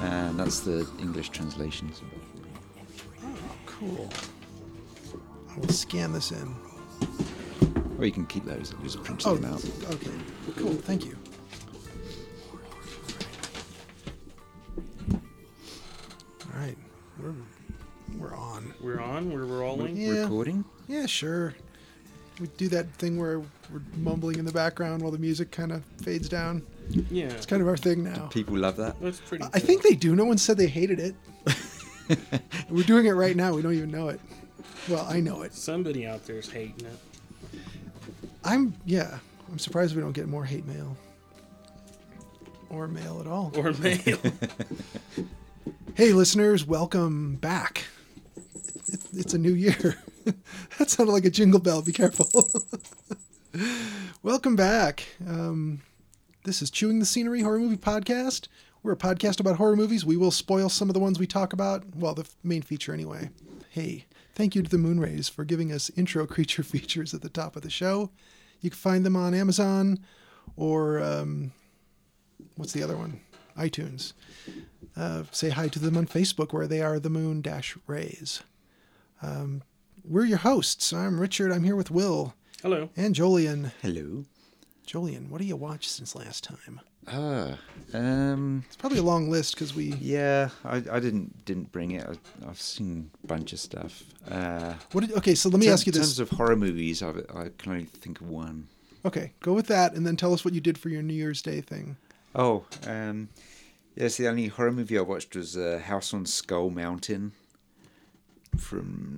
Uh, the English translations. Cool. I will scan this in. Or you can keep those and just print Oh, them out. okay. Cool. Thank you. All right. We're, we're on. We're on. We're rolling. Yeah. Recording? Yeah, sure. We do that thing where we're mumbling in the background while the music kind of fades down. Yeah. It's kind of our thing now. People love that. That's pretty. I good. think they do. No one said they hated it. we're doing it right now. We don't even know it. Well, I know it. somebody out there's hating it. I'm yeah. I'm surprised we don't get more hate mail or mail at all. Or male. Hey, listeners, welcome back. It, it's a new year. that sounded like a jingle bell. Be careful. welcome back. Um, this is Chewing the Scenery Horror Movie Podcast. We're a podcast about horror movies. We will spoil some of the ones we talk about. Well, the f- main feature, anyway. Hey, thank you to the Moonrays for giving us intro creature features at the top of the show. You can find them on Amazon or um, what's the other one? iTunes uh, say hi to them on Facebook, where they are the Moon Dash Rays. Um, we're your hosts. I'm Richard. I'm here with Will Hello. and Jolien. Hello. Jolien, what do you watch since last time? Ah. Um. It's probably a long list because we. Yeah. I, I didn't didn't bring it. I, I've seen a bunch of stuff. Uh, What? Did, okay, so let me ask you In this. terms of horror movies, I've, I can only think of one. Okay, go with that, and then tell us what you did for your New Year's Day thing. Oh, um, yes, the only horror movie I watched was uh, House on Skull Mountain from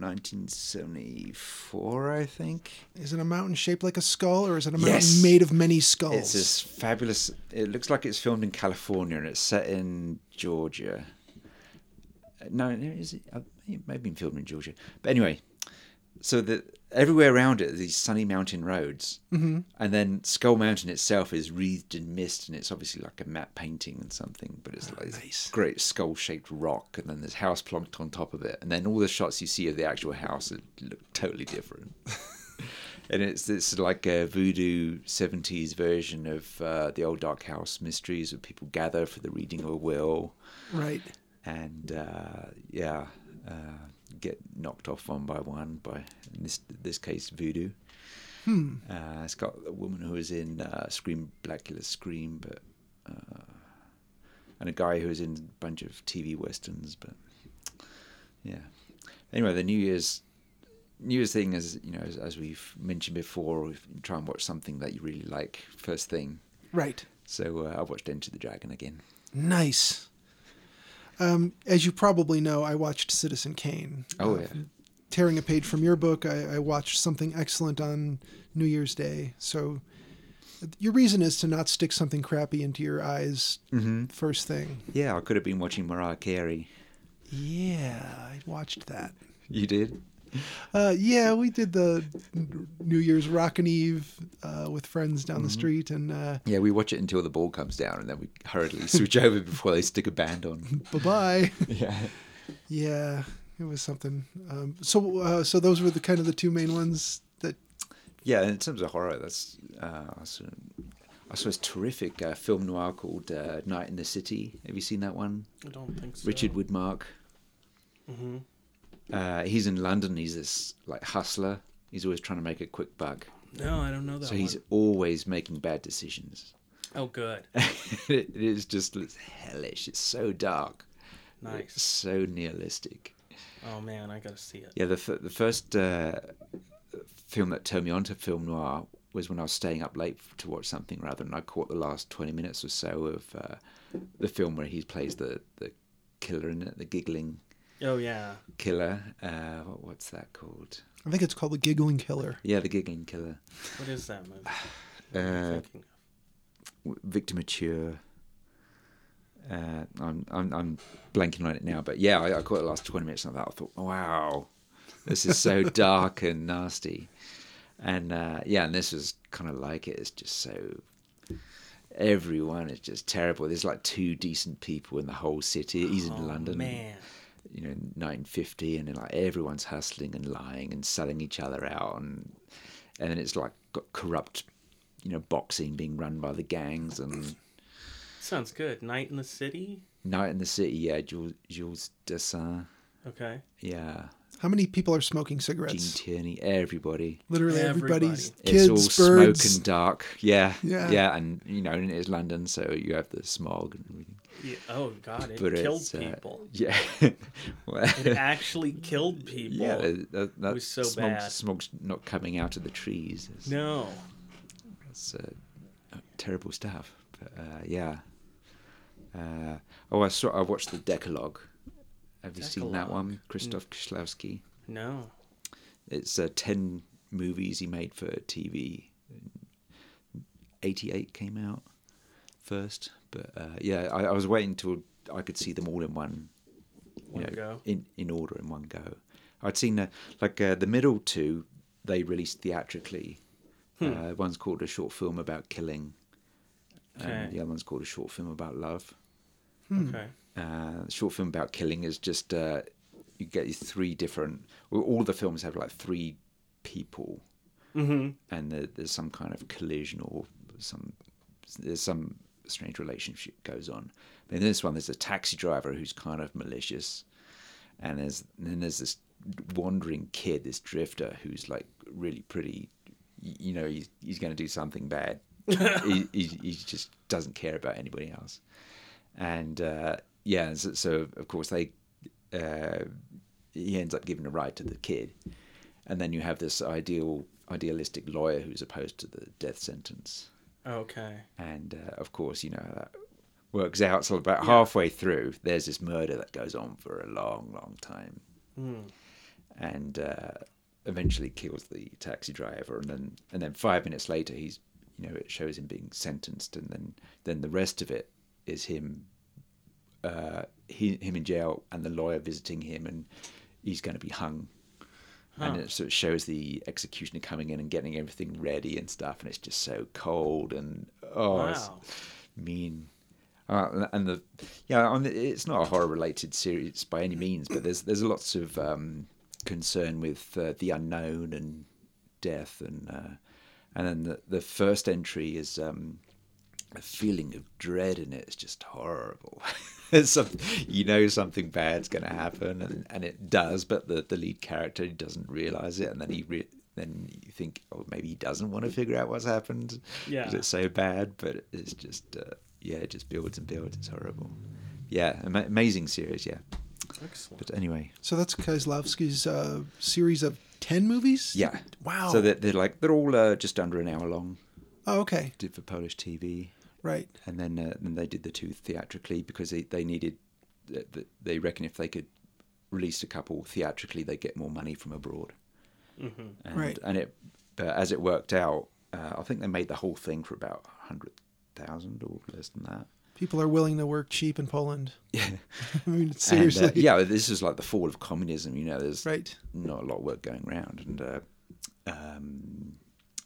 1974, I think. Is it a mountain shaped like a skull, or is it a mountain Yes. made of many skulls? It's this fabulous. It looks like it's filmed in California and it's set in Georgia. Uh, No, no, is it? uh, It may have been filmed in Georgia, but anyway. So the everywhere around it, are these sunny mountain roads, mm-hmm. and then Skull Mountain itself is wreathed in mist, and it's obviously like a matte painting and something. But it's like this great skull-shaped rock, and then there's house plonked on top of it, and then all the shots you see of the actual house are, look totally different and it's it's like a voodoo seventies version of uh, the old dark house mysteries, where people gather for the reading of a will, right. and uh, yeah, uh, get knocked off one by one by in this this case voodoo. Uh, it's got a woman who was in uh, Scream, Blackula Scream, but uh, and a guy who was in a bunch of TV westerns, but yeah. Anyway, the New Year's New Year's thing is you know as, as we've mentioned before, we try and watch something that you really like first thing. Right. So uh, I watched Enter the Dragon again. Nice. Um, as you probably know, I watched Citizen Kane. Oh Uh, yeah, tearing a page from your book, I, I watched something excellent on New Year's Day. So your reason is to not stick something crappy into your eyes first thing. yeah. I could have been watching Mariah Carey. Yeah, I watched that. You did. Uh, yeah, we did the New Year's Rockin' Eve uh, with friends down the street, and uh, Yeah, we watch it until the ball comes down, and then we hurriedly switch over before they stick a band on. bye bye. Yeah. yeah, it was something. Um, so, uh, so those were the kind of the two main ones that. Yeah, in terms of horror, that's uh, I saw, I saw this terrific uh, film noir called uh, Night in the City. Have you seen that one? I don't think so. Richard Woodmark. Mm-hmm. Uh, he's in London. He's this like hustler. He's always trying to make a quick buck, No, I don't know that so one. he's always making bad decisions. Oh, good. it is just it's hellish. It's so dark. It's Nice. so nihilistic. Oh man, I gotta see it. Yeah, the, f- the first uh, film that turned me on to film noir was when I was staying up late to watch something rather, and I caught the last 20 minutes or so of uh, the film where he plays the, the killer in it, the giggling Oh yeah. killer. Uh, what, what's that called? I think it's called the Giggling Killer. Yeah, the giggling killer. What is that movie? What am I Uh, thinking of? Victor Mature. Uh, I'm, I'm I'm blanking on it now, but yeah, I, I caught the last 20 minutes of that. I thought, wow, this is so dark and nasty, and uh, yeah, and this was kind of like it. It's just so everyone is just terrible. There's like two decent people in the whole city. He's in Oh, London, Man. you know, 1950, and then like everyone's hustling and lying and selling each other out, and and then it's like got corrupt, you know, boxing being run by the gangs and. Sounds good. Night in the City. Night in the City, yeah, Jules, Jules Dassin, Okay. yeah, How many people are smoking Gene cigarettes? Tierney, everybody. Literally Everybody. everybody's It's kids, all birds. smoke and dark, yeah, Yeah. yeah, and you know, and it is London, so you have the smog and everything. Yeah. Oh God, it But killed it's, uh, people. Yeah, Well, It actually killed people. yeah, that, that, that was so smog, bad. smog's not coming out of the trees. It's, No. it's uh, terrible stuff. But uh, yeah. Uh, oh, I saw. I watched the Decalogue. Have you seen that Decalogue? one, Krzysztof Kieślowski? No. It's uh, ten movies he made for TV. Eighty-eight came out first, but uh, yeah, I, I was waiting till I could see them all in one, you One go. in in order in one go. I'd seen the, like uh, the middle two they released theatrically. Hmm. Uh, one's called a short film about killing, Okay. and the other one's called a short film about love. Hmm. Okay. Uh, short film about killing is just uh, you get these three different. Well, all the films have like three people, mm-hmm. and there, there's some kind of collision or some there's some strange relationship goes on. But in this one, there's a taxi driver who's kind of malicious, and there's and then there's this wandering kid, this drifter who's like really pretty. y- You know, he's he's going to do something bad. he, he he just doesn't care about anybody else and uh, yeah, so, so of course they uh, he ends up giving a ride to the kid, and then you have this ideal idealistic lawyer who's opposed to the death sentence, Okay. and uh, of course you know that works out. So about halfway through, there's this murder that goes on for a long, long time, and uh, eventually kills the taxi driver, and then and then five minutes later he's you know it shows him being sentenced, and then then the rest of it is him uh, he, him in jail and the lawyer visiting him, and he's going to be hung. And it sort of shows the executioner coming in and getting everything ready and stuff, and it's just so cold and oh, it's Wow. mean. Uh, and the yeah, on the, it's not a horror related series by any means, but there's there's lots of um, concern with uh, the unknown and death, and uh, and then the, the first entry is um, a feeling of dread in it is just horrible. There's some, you know something bad's going to happen, and, and it does, but the, the lead character doesn't realize it, and then he re- then you think, oh, maybe he doesn't want to figure out what's happened because Yeah. it's so bad, but it's just uh, yeah, it just builds and builds. It's horrible. Yeah, ama- amazing series. Yeah, Excellent. but anyway, So that's Kozlowski's uh, series of 10 movies? yeah. Wow. So they're, they're like they're all uh, just under an hour long. oh, okay. Did for Polish TV. Right. and then uh, then they did the two theatrically because they they needed th- th- they reckon if they could release a couple theatrically they'd get more money from abroad and, Right. and it but as it worked out uh, I think they made the whole thing for about a hundred thousand or less than that People are willing to work cheap in Poland. Yeah. I mean, And, uh, seriously. yeah this is like the fall of communism you know there's Right. not a lot of work going around and uh, um,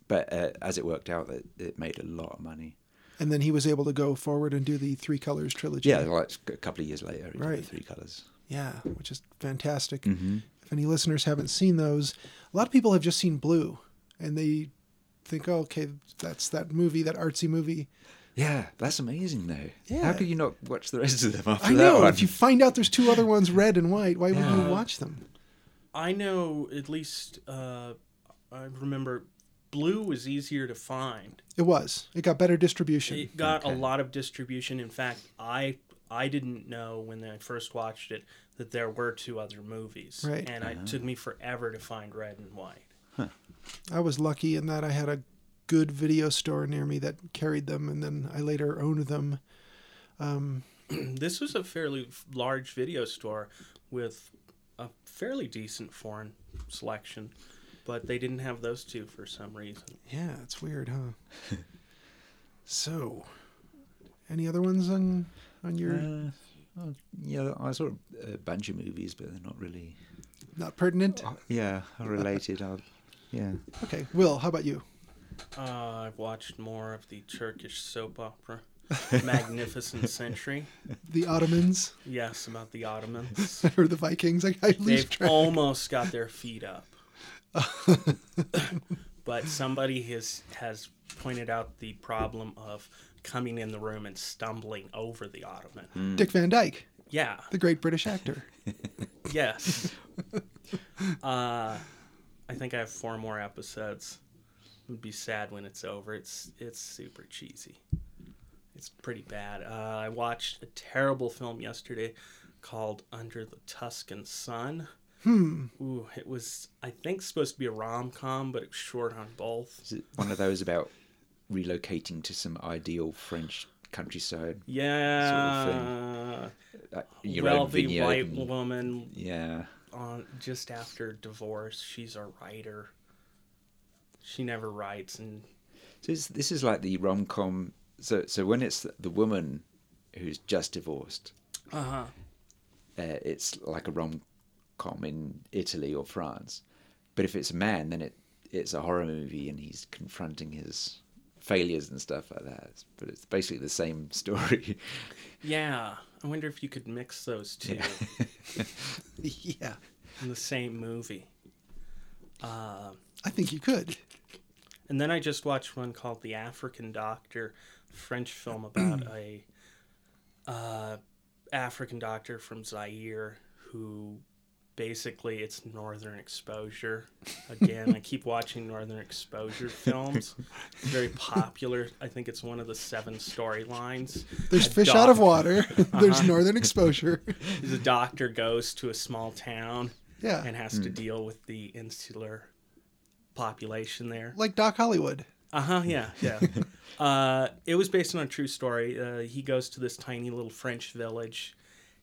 but uh, as it worked out it, it made a lot of money And then he was able to go forward and do the Three Colors trilogy. yeah like a couple of years later it Right. the three colors Yeah, which is fantastic. Mm-hmm. If any listeners haven't seen those, a lot of people have just seen Blue and they think, oh, okay, that's that movie, that artsy movie. Yeah, that's amazing though. Yeah. How could you not watch the rest of them after I that know. one? If you find out there's two other ones, red and white, why would Yeah. you watch them? I know at least. Uh, I remember, blue was easier to find. It was. It got better distribution. It got Okay. a lot of distribution. In fact, I I didn't know when I first watched it that there were two other movies, Right. and it took me forever to find Red and White. I was lucky in that I had a good video store near me that carried them, and then I later owned them. This was a fairly f- large video store with a fairly decent foreign selection, but they didn't have those two for some reason. Yeah, it's weird, huh? so, any other ones on on your Uh, oh, yeah, I saw a bunch of movies, but they're not really. not pertinent? Yeah, related. i yeah. Okay, Will, how about you? Uh, I've watched more of the Turkish soap opera, Magnificent Century. The Ottomans Yes, about the Ottomans. or the Vikings? I, I lose They've track. almost got their feet up. but somebody has has pointed out the problem of coming in the room and stumbling over the ottoman. Dick Van Dyke, Yeah. the great British actor. Yes. uh, I think I have four more episodes. It would be sad when it's over. It's it's super cheesy. It's pretty bad. Uh, I watched a terrible film yesterday called Under the Tuscan Sun. Hmm. Ooh, it was I think supposed to be a rom com, but it was short on both. Is it one of those about relocating to some ideal French countryside? Yeah. Like your own Wealthy vineyard white and- woman yeah. on just after divorce. She's a writer. She never writes, and So it's, this is like the rom com. So so when it's the, the woman who's just divorced, uh huh, uh, it's like a rom com in Italy or France. But if it's a man, then it it's a horror movie and he's confronting his failures and stuff like that. But it's basically the same story. yeah. I wonder if you could mix those two yeah, in the same movie. I think you could. And then I just watched one called The African Doctor, French film about a uh, African doctor from Zaire who basically it's Northern Exposure. Again, I keep watching Northern Exposure films. It's very popular. I think it's one of the seven storylines. There's A fish out of doc- water. There's northern exposure. The doctor goes to a small town Yeah, and has to deal with the insular population there. like Doc Hollywood. Uh huh. Yeah. Yeah. uh, it was based on a true story. Uh, he goes to this tiny little French village,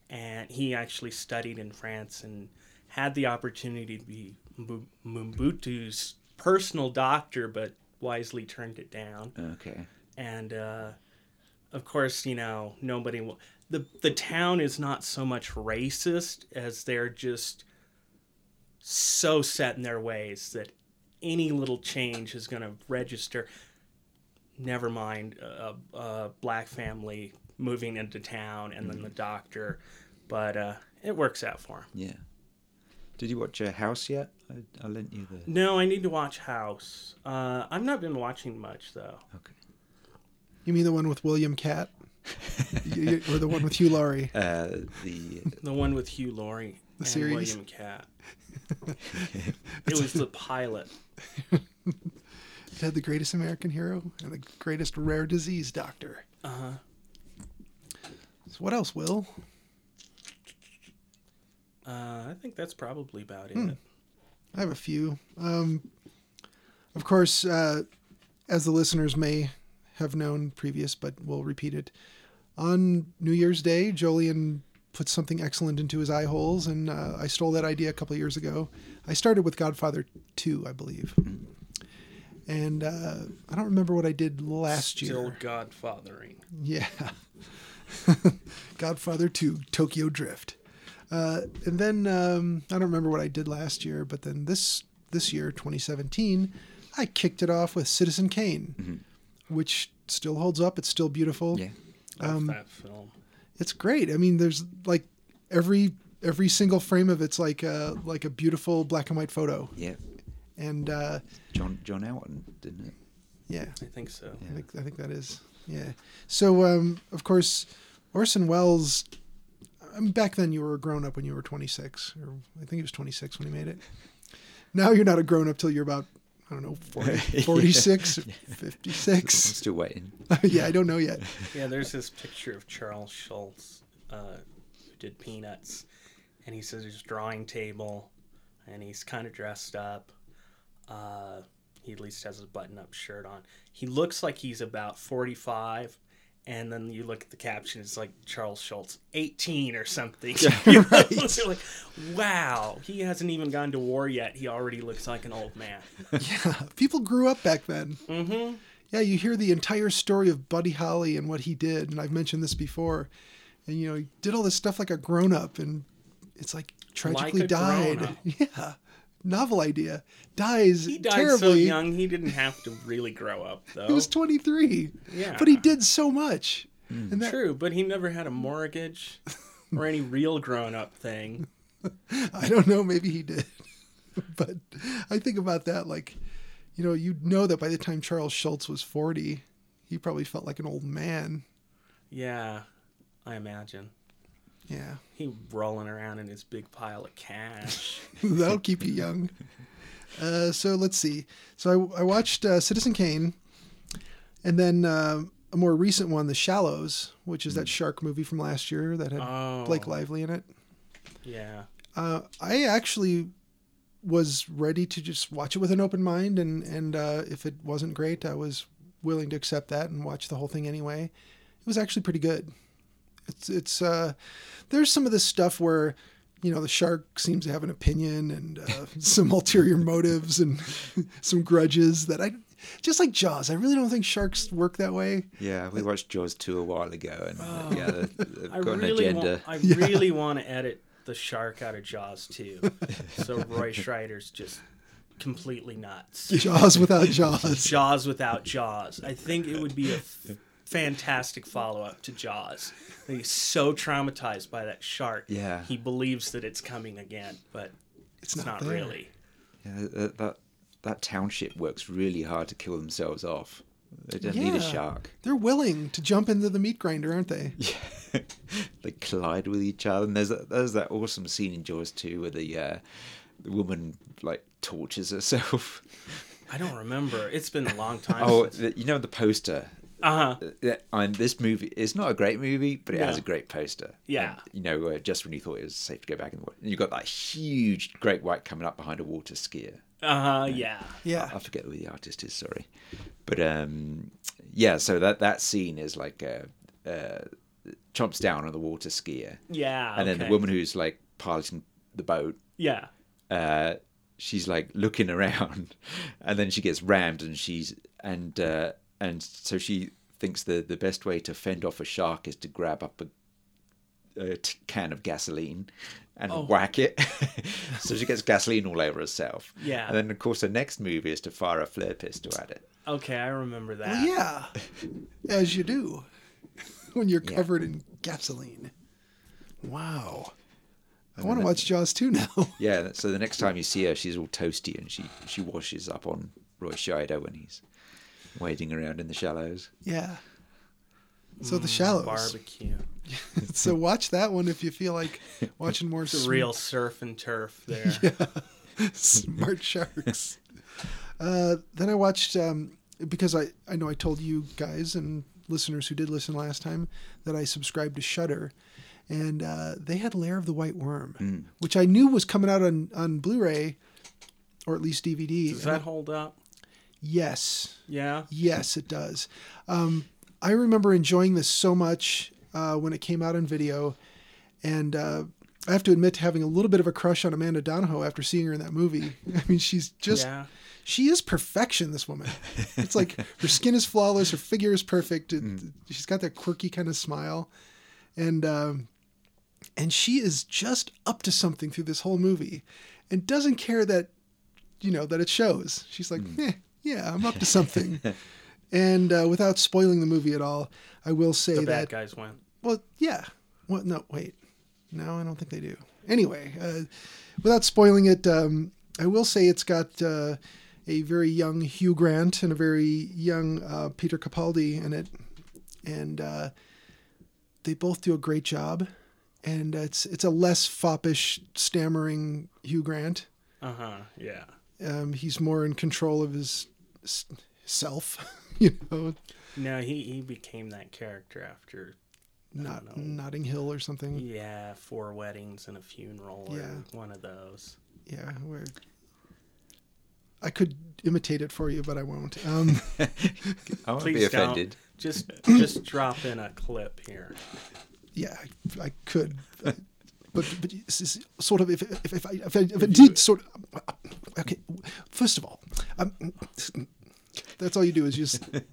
and he actually studied in France and had the opportunity to be Mbu- Mumbutu's personal doctor, but wisely turned it down okay. and uh, of course, you know nobody. Will, the The town is not so much racist as they're just so set in their ways that any little change is going to register. Never mind a, a black family moving into town and then the doctor, but uh, it works out for him. Yeah. Did you watch uh, House yet? I, I lent you the. No, I need to watch House. Uh, I've not been watching much though. Okay. You mean the one with William Cat, Y- y- or the one with Hugh Laurie? Uh, the The one with Hugh Laurie and series? William Cat. it was the pilot. It had the greatest American hero and the greatest rare disease doctor. Uh huh. So what else, Will? Uh, I think that's probably about Hmm. it. I have a few. Um, of course, uh, as the listeners may have known previous, but we'll repeat it. On New Year's Day, Jolien put something excellent into his eye holes, and uh, I stole that idea a couple years ago. I started with Godfather 2, I believe. And uh, I don't remember what I did last Still year. godfathering. Yeah. Godfather 2, Tokyo Drift. Uh, and then um, I don't remember what I did last year, but then this this year, 2017, I kicked it off with Citizen Kane, which still holds up. It's still beautiful. yeah. Love Um, that film. It's great. I mean, there's like every every single frame of it's like a, like a beautiful black and white photo. Yeah. And uh, John John Elton, didn't it? yeah, I think so. I think, I think that is. Yeah. So, um, of course, Orson Welles. Um, back then, you were a grown up when you were 26, or I think he was 26 when he made it. Now you're not a grown up till you're about, I don't know, 40, 46, 56. I'm still waiting. yeah, I don't know yet. Yeah, there's this picture of Charles Schultz, uh, who did Peanuts, and he says there's a drawing table, and he's kind of dressed up. Uh, he at least has a button-up shirt on. He looks like he's about 45, and then you look at the caption, it's like Charles Schultz, 18 or something. You know, You're like, wow, he hasn't even gone to war yet. He already looks like an old man. People grew up back then. Mm-hmm. Yeah, you hear the entire story of Buddy Holly and what he did, and I've mentioned this before. And, you know, he did all this stuff like a grown up, and it's like tragically a died. grown-up. Yeah. Novel idea. Dies He died terribly. so young, he didn't have to really grow up, though. He was 23. Yeah. But he did so much. And that, True, but he never had a mortgage or any real grown up thing. I don't know, maybe he did. but I think about that like, you know, you'd know that by the time Charles Schultz was 40, he He probably felt like an old man. Yeah, I imagine. Yeah. He rolling around in his big pile of cash. That'll keep you young. Uh, so let's see. So I, I watched uh, Citizen Kane, and then uh, a more recent one, The Shallows, which is that shark movie from last year that had Oh. Blake Lively in it. yeah. Uh, I actually was ready to just watch it with an open mind, and and uh, if it wasn't great, I was willing to accept that and watch the whole thing anyway. It was actually pretty good. It's it's uh, there's some of this stuff where you know the shark seems to have an opinion and uh, some ulterior motives and some grudges that I just like Jaws. I really don't think sharks work that way. Yeah, we watched Jaws 2 a while ago, and uh, yeah, they've they've Oh, I got an really, agenda. want, I really want to edit the shark out of Jaws too. so Roy Schreider's just completely nuts. Jaws without Jaws. Jaws without Jaws. I think it would be a f- fantastic follow up to Jaws. He's so traumatized by that shark. Yeah. He believes that it's coming again, but it's, not not, there. really. Yeah, that, that that township works really hard to kill themselves off. They don't need a Yeah. shark. They're willing to jump into the meat grinder, aren't they? they collide with each other, and there's that, there's that awesome scene in Jaws 2 where the uh, the woman like tortures herself. I don't remember. It's been a long time. oh, Oh, the, you know the poster. uh huh. Yeah, And this movie is not a great movie, but it has No. a great poster. Yeah. And, you know, uh, just when you thought it was safe to go back in the water, and you got that huge great white coming up behind a water skier. Uh huh. Yeah. Yeah. I forget who the artist is. Sorry, but um, yeah. So that that scene is like uh, uh, chomps down on the water skier, Yeah. and then the okay. woman who's like piloting the boat, Yeah. uh, she's like looking around, and then she gets rammed, and she's and uh, and so she thinks the the best way to fend off a shark is to grab up a. A t- can of gasoline and Oh. whack it, so she gets gasoline all over herself. Yeah. and then of course her next move is to fire a flare pistol at it. Okay, I remember that. Well, yeah, as you do when you're covered in gasoline. Wow. I want to watch Jaws 2 now. Yeah, so the next time you see her, she's all toasty and she, she washes up on Roy Scheider when he's wading around in the shallows. yeah. So The Shallows. Barbecue. so watch that one if you feel like watching more The sm- real surf and turf there. smart sharks. Uh, then I watched, um, because I, I know I told you guys and listeners who did listen last time that I subscribed to Shudder. And uh, they had Lair of the White Worm, which I knew was coming out on, on Blu ray or at least DVD. Does that hold up? Yes. Yeah. Yes, it does. Um, I remember enjoying this so much uh, when it came out on video, and uh, I have to admit to having a little bit of a crush on Amanda Donahoe after seeing her in that movie. I mean, she's just Yeah. she is perfection. This woman, it's like her skin is flawless, her figure is perfect. It, She's got that quirky kind of smile, and um, and she is just up to something through this whole movie, and doesn't care that you know that it shows. She's like, Hmm. "Eh, yeah, I'm up to something. and uh, without spoiling the movie at all, I will say The bad that. guys win. Well, yeah. Well, no, wait. No, I don't think they do. Anyway, uh, without spoiling it, um, I will say it's got uh, a very young Hugh Grant and a very young uh, Peter Capaldi in it, and uh, they both do a great job. And it's it's a less foppish, stammering Hugh Grant. Uh huh. Yeah. Um, he's more in control of his s- self, you know, No, he, he became that character after not know. Notting Hill or something. yeah four weddings and a funeral or Yeah. one of those. yeah where i could imitate it for you but i won't um I won't Please be offended. don't just just drop in a clip here. yeah i, I could but but this is sort of if if, if, I, if, I, if it did sort of okay first of all um, that's all you do is just a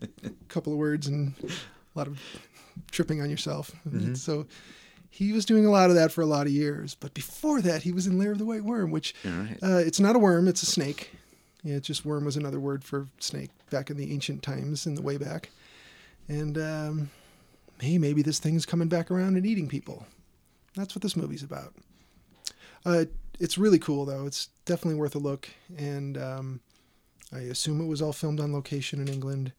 couple of words and a lot of tripping on yourself so he was doing a lot of that for a lot of years but before that he was in lair of the white worm which right. uh, it's not a worm it's a snake yeah it's just worm was another word for snake back in the ancient times in the way back and um, hey, maybe this thing's coming back around and eating people. That's what this movie's about. Uh, it's really cool, though. It's definitely worth a look, and um, I assume it was all filmed on location in England.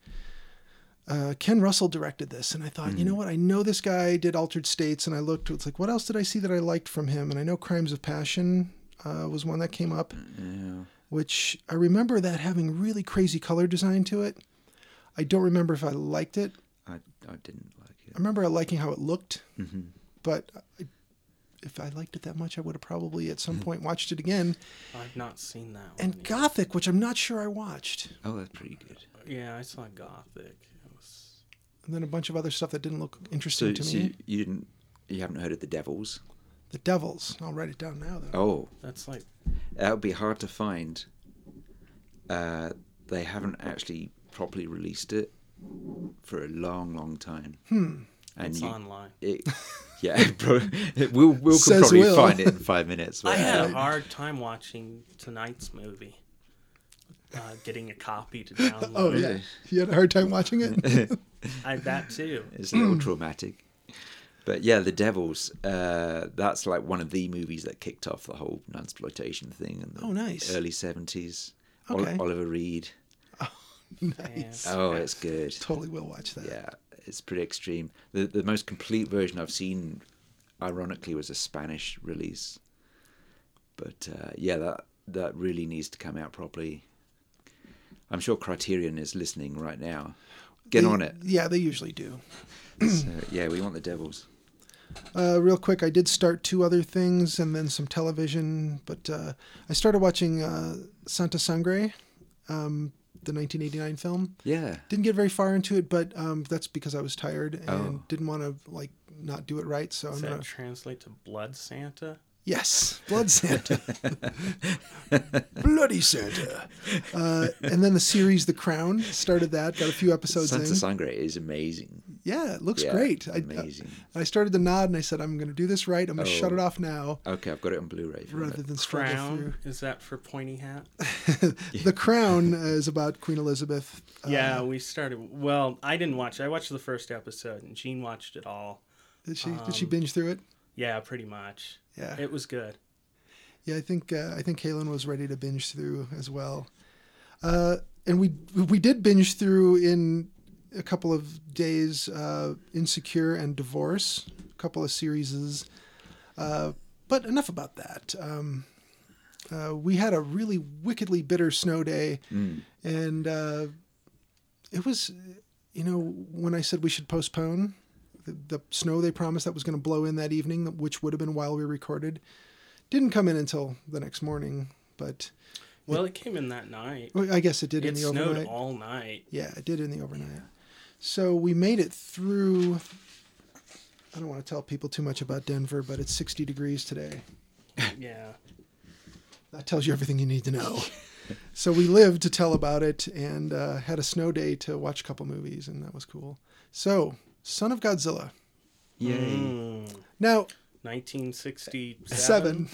uh, Ken Russell directed this, and I thought, you know what? I know this guy did Altered States, and I looked. It's like, what else did I see that I liked from him? And I know Crimes of Passion uh, was one that came up, which I remember that having really crazy color design to it. I don't remember if I liked it. I, I didn't like I it. remember liking how it looked, Mm-hmm. but I, if I liked it that much, I would have probably at Mm-hmm. some point watched it again. I've not seen that one. And yet. Gothic, which I'm not sure I watched, Oh, that's pretty good. yeah, I saw Gothic. It was and then a bunch of other stuff that didn't look So, interesting to so me. you, you didn't, you haven't heard of the Devils? The Devils. I'll write it down now, though. Oh, that's like that would be hard to find. Uh, they haven't actually properly released it for a long, long time. Hmm. And it's you, online. it, yeah, bro, it, we'll, we'll could Says probably Will. find it in five minutes. I but, had a uh, hard time watching tonight's movie. Uh, getting a copy to download. Oh yeah, you had a hard time watching it. I, that too. It's a little traumatic. But yeah, The Devils, uh, that's like one of the movies that kicked off the whole nunsploitation thing in the Oh, nice. early 70s. Okay. Ol- Oliver Reed. nice. Yeah. Oh, it's good. Totally will watch that. Yeah, it's pretty extreme. The, the most complete version I've seen, ironically, was a Spanish release. But uh, yeah, that, that really needs to come out properly. I'm sure Criterion is listening right now. Get They- on it. Yeah, they usually do. so, yeah, we want The Devils. Uh, real quick, I did start two other things and then some television, but uh, I started watching uh, Santa Sangre, um, the 1989 film. Yeah. Didn't get very far into it, but um, that's because I was tired and Oh. didn't want to like not do it right. So I'm Does gonna that translate to Blood Santa? yes, Blood Santa, Bloody Santa, uh, and then the series The Crown started that. Got a few episodes in. Santa Sangre is amazing. Yeah, it looks Yeah, eh? great. I, uh, amazing. I started to nod and I said, I'm going to do this right. I'm going to shut Oh. it off now Okay, I've got it on Blu-ray. if you want rather it. than struggle Crown? Is that for pointy hat? through. the Crown is about Queen Elizabeth. Uh, yeah, we started. Well, I didn't watch. it. I watched the first episode, and Gene watched it all. Did she, did she binge through it? Yeah, pretty much. Yeah. It was good. Yeah, I think uh, I think Halen was ready to binge through as well, uh, and we we did binge through in a couple of days. Uh, Insecure and Divorce, a couple of serieses, uh, but enough about that. Um, uh, we had a really wickedly bitter snow day, and uh, it was, you know, when I said we should postpone. The, the snow they promised that was going to blow in that evening, which would have been while we recorded, didn't come in until the next morning, but Well, it came in that night. well, I guess it did in It the snowed overnight. all night. Yeah, it did in the overnight. So we made it through. I don't want to tell people too much about Denver, but it's 60 degrees today. Yeah. That tells you everything you need to know. so we lived to tell about it and uh, had a snow day to watch a couple movies, and that was cool. So, Son of Godzilla. Yay! um, Mm. Now, 1967. seven.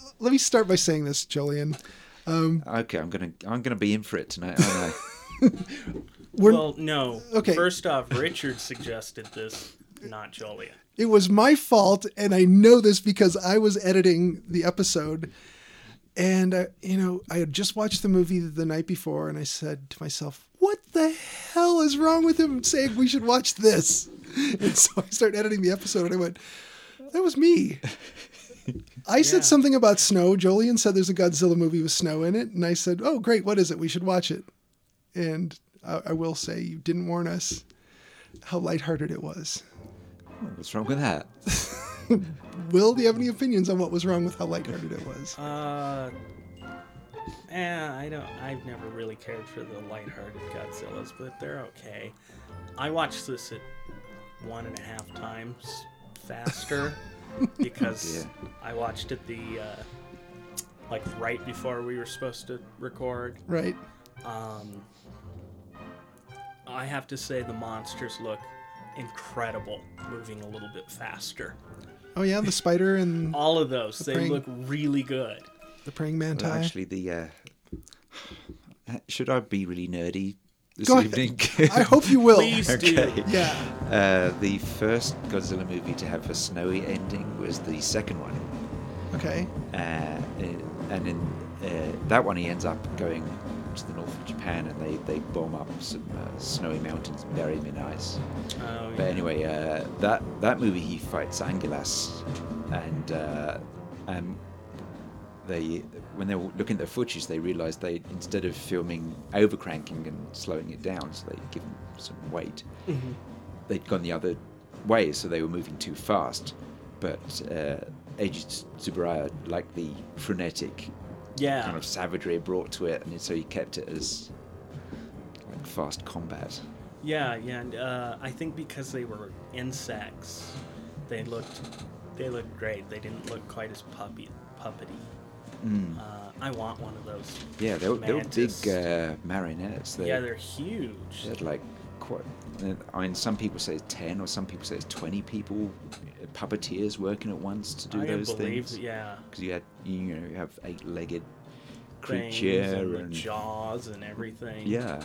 Let me start by saying this, Jolien. Okay, I'm gonna I'm gonna be in for it tonight, aren't We're, Well, no. Okay. First off, Richard suggested this, not Julia. It was my fault, and I know this because I was editing the episode. And, uh, you know, I had just watched the movie the night before, and I said to myself, what the hell is wrong with him saying we should watch this? And so I started editing the episode, and I went, that was me. I Yeah. said something about snow. Jolien said there's a Godzilla movie with snow in it. And I said, oh, great, what is it? We should watch it. And uh, I, I will say, you didn't warn us how lighthearted it was. I? What's wrong with that? Will, do you have any opinions on what was wrong with how lighthearted it was? Uh. Eh, I don't. I've never really cared for the lighthearted Godzillas, but they're okay. I watched this at one and a half times faster because Oh, I watched it the uh, like right before we were supposed to record. Right? Um, I have to say the monsters look incredible, moving a little bit faster. Oh yeah, the spider and All of those, they praying- look really good. the praying mantis. Well, actually, the uh, should I be really nerdy this Go ahead. evening? I hope you will. Please do. Yeah. Uh, the first Godzilla movie to have a snowy ending was the second one, Okay. uh, and in uh, that one he ends up going to the north of Japan and they, they bomb up some uh, snowy mountains and bury them in ice. Oh, But yeah. anyway, uh, that that movie he fights Angulas, and uh, and they when they were looking at their footage, they realised they instead of filming overcranking and slowing it down, so they give them some weight. They'd gone the other way, so they were moving too fast. But uh, Eiji Ts- Tsuburaya liked the frenetic yeah. kind of savagery it brought to it, and so he kept it as like fast combat. Yeah, yeah, and uh, I think because they were insects, they looked they looked great. They didn't look quite as puppy puppety. Mm. Uh, I want one of those. Yeah, they were, they were big mantis. uh, marionettes. They, yeah, they're huge. they had like quite. I mean, some people say it's ten, or some people say it's twenty people, uh, puppeteers working at once to do I those believe, things. Yeah, Because you had you know you have eight-legged Things creature and, and, the jaws and everything. yeah,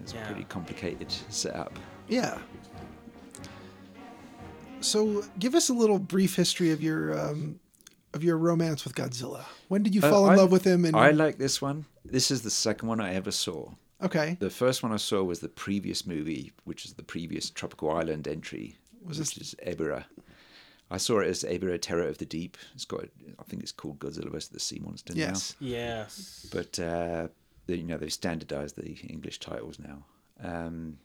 it's Yeah. a pretty complicated setup. Yeah. So, give us a little brief history of your um, of your romance with Godzilla. When did you Uh, fall in I- love with him? And I like this one. This is the second one I ever saw. okay, The first one I saw was the previous movie, which is the previous Tropical Island entry, Was which is Ebira. I saw it as Ebira Terror of the Deep. It's got, I think it's called Godzilla vs. the Sea Monster yes, Yes. now. But, uh, they, you know, they've standardized the English titles now. Um,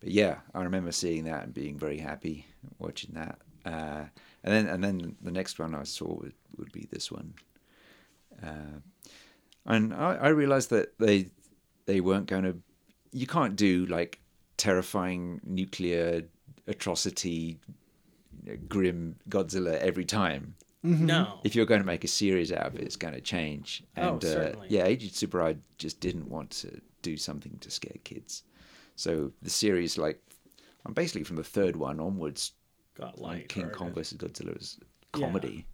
but yeah, I remember seeing that and being very happy watching that. Uh, and then and then the next one I saw would, would be this one. Uh, and I, I realized that they they weren't going to. You can't do like terrifying nuclear atrocity, you know, grim Godzilla every time. Mm-hmm. No. If you're going to make a series out of it, it's going to change. Oh, And uh, certainly. yeah, Agent Tsuburaya just didn't want to do something to scare kids. So the series, like, I'm basically from the third one onwards, Got like light. King hearted. Kong versus Godzilla was Yeah. comedy.